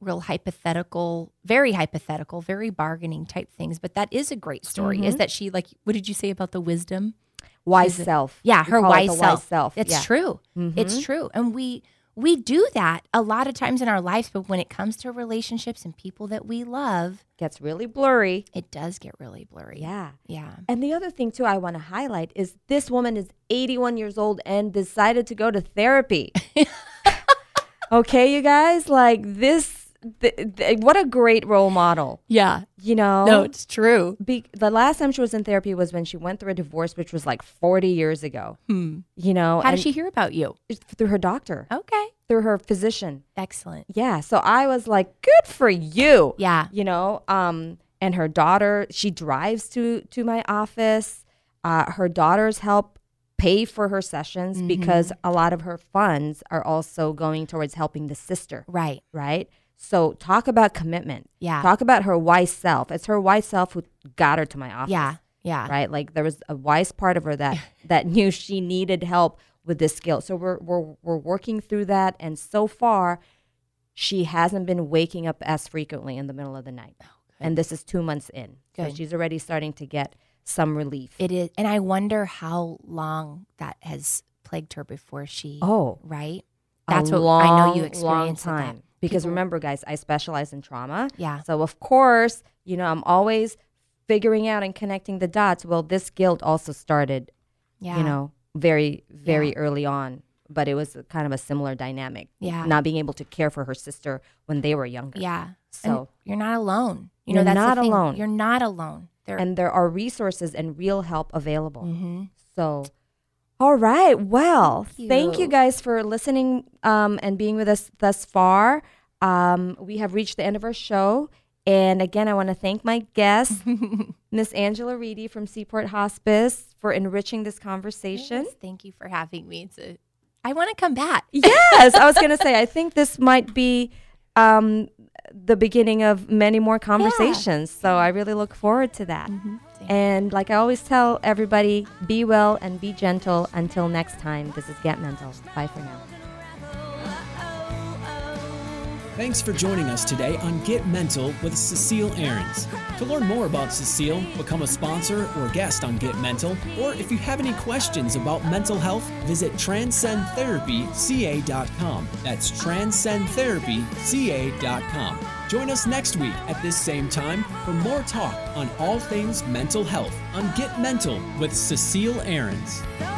[SPEAKER 4] real hypothetical, very hypothetical, very bargaining type things. But that is a great story.
[SPEAKER 3] Mm-hmm.
[SPEAKER 4] Is that she like? What did you say about the wisdom?
[SPEAKER 3] wise self.
[SPEAKER 4] Yeah,
[SPEAKER 3] We
[SPEAKER 4] her
[SPEAKER 3] call it
[SPEAKER 4] wise
[SPEAKER 3] the
[SPEAKER 4] self. It's
[SPEAKER 3] It's yeah. Mm-hmm.
[SPEAKER 4] true. It's true. And we we do that a lot of times in our lives, but when it comes to relationships and people that we love,
[SPEAKER 3] Gets really blurry.
[SPEAKER 4] it does get really blurry.
[SPEAKER 3] Yeah.
[SPEAKER 4] Yeah.
[SPEAKER 3] And the other thing too I want to highlight is this woman is 81 years old and decided to go to therapy. okay, you guys, like this th- th- what a great role model,
[SPEAKER 4] Yeah.
[SPEAKER 3] you know.
[SPEAKER 4] it's true.
[SPEAKER 3] Be- the last time she was in therapy was when she went through a divorce which was like 40 years ago.
[SPEAKER 4] Hmm.
[SPEAKER 3] You know,
[SPEAKER 4] How
[SPEAKER 3] and
[SPEAKER 4] did she hear about you?
[SPEAKER 3] through her doctor,
[SPEAKER 4] Okay.
[SPEAKER 3] through her physician.
[SPEAKER 4] Excellent.
[SPEAKER 3] Yeah, so I was like, good for you.
[SPEAKER 4] Yeah.
[SPEAKER 3] you know um and her daughter she drives to to my office uh, her daughters help pay for her sessions
[SPEAKER 4] Mm-hmm.
[SPEAKER 3] because a lot of her funds are also going towards helping the sister
[SPEAKER 4] Right.
[SPEAKER 3] right so talk about commitment
[SPEAKER 4] Yeah.
[SPEAKER 3] talk about her wise self it's her wise self who got her to my office
[SPEAKER 4] Yeah. Yeah.
[SPEAKER 3] right like there was a wise part of her that that knew she needed help with this skill so we're we're, we're working through that and so far she hasn't been waking up as frequently in the middle of the night and this is two months in so
[SPEAKER 4] Oh, Good.
[SPEAKER 3] she's already starting to get some relief
[SPEAKER 4] It is. And I wonder how long that has plagued her before she.
[SPEAKER 3] oh
[SPEAKER 4] Right.
[SPEAKER 3] a
[SPEAKER 4] That's what I know
[SPEAKER 3] long,
[SPEAKER 4] you
[SPEAKER 3] long
[SPEAKER 4] experienced with
[SPEAKER 3] time
[SPEAKER 4] that.
[SPEAKER 3] because
[SPEAKER 4] People-
[SPEAKER 3] remember guys i specialize in trauma
[SPEAKER 4] Yeah.
[SPEAKER 3] so of course you know i'm always figuring out and connecting the dots well this guilt also started
[SPEAKER 4] Yeah.
[SPEAKER 3] you know, very, very early on. But it was a- kind of a similar dynamic.
[SPEAKER 4] Yeah.
[SPEAKER 3] Not being able to care for her sister when they were younger.
[SPEAKER 4] Yeah. and
[SPEAKER 3] So-
[SPEAKER 4] you're not alone. You know
[SPEAKER 3] You're
[SPEAKER 4] that's the
[SPEAKER 3] not
[SPEAKER 4] thing.
[SPEAKER 3] alone.
[SPEAKER 4] You're not alone. There.
[SPEAKER 3] And there are resources and real help available.
[SPEAKER 4] hmm
[SPEAKER 3] So, all right. Well, thank
[SPEAKER 4] Thank
[SPEAKER 3] you,
[SPEAKER 4] you.
[SPEAKER 3] guys for listening um, and being with us thus far. Um, we have reached the end of our show. And again, I want to thank my guest, Miss Angela Reedy from Seaport Hospice, for enriching this conversation.
[SPEAKER 4] Yes, thank you for having me. It's a, I want to come back.
[SPEAKER 3] Yes, I was gonna say. I think this might be um, the beginning of many more conversations. So I really look forward to that.
[SPEAKER 4] Same.
[SPEAKER 3] And like I always tell everybody, be well and be gentle. Until next time, this is Get Mental. Bye for now.
[SPEAKER 1] Thanks for joining us today on Get Mental with Cecile Ahrens. To learn more about Cecile, become a sponsor or guest on Get Mental, or if you have any questions about mental health, visit transcendtherapyca.com. That's transcendtherapyca.com. Join us next week at this same time for more talk on all things mental health on Get Mental with Cecile Ahrens.
[SPEAKER 2] So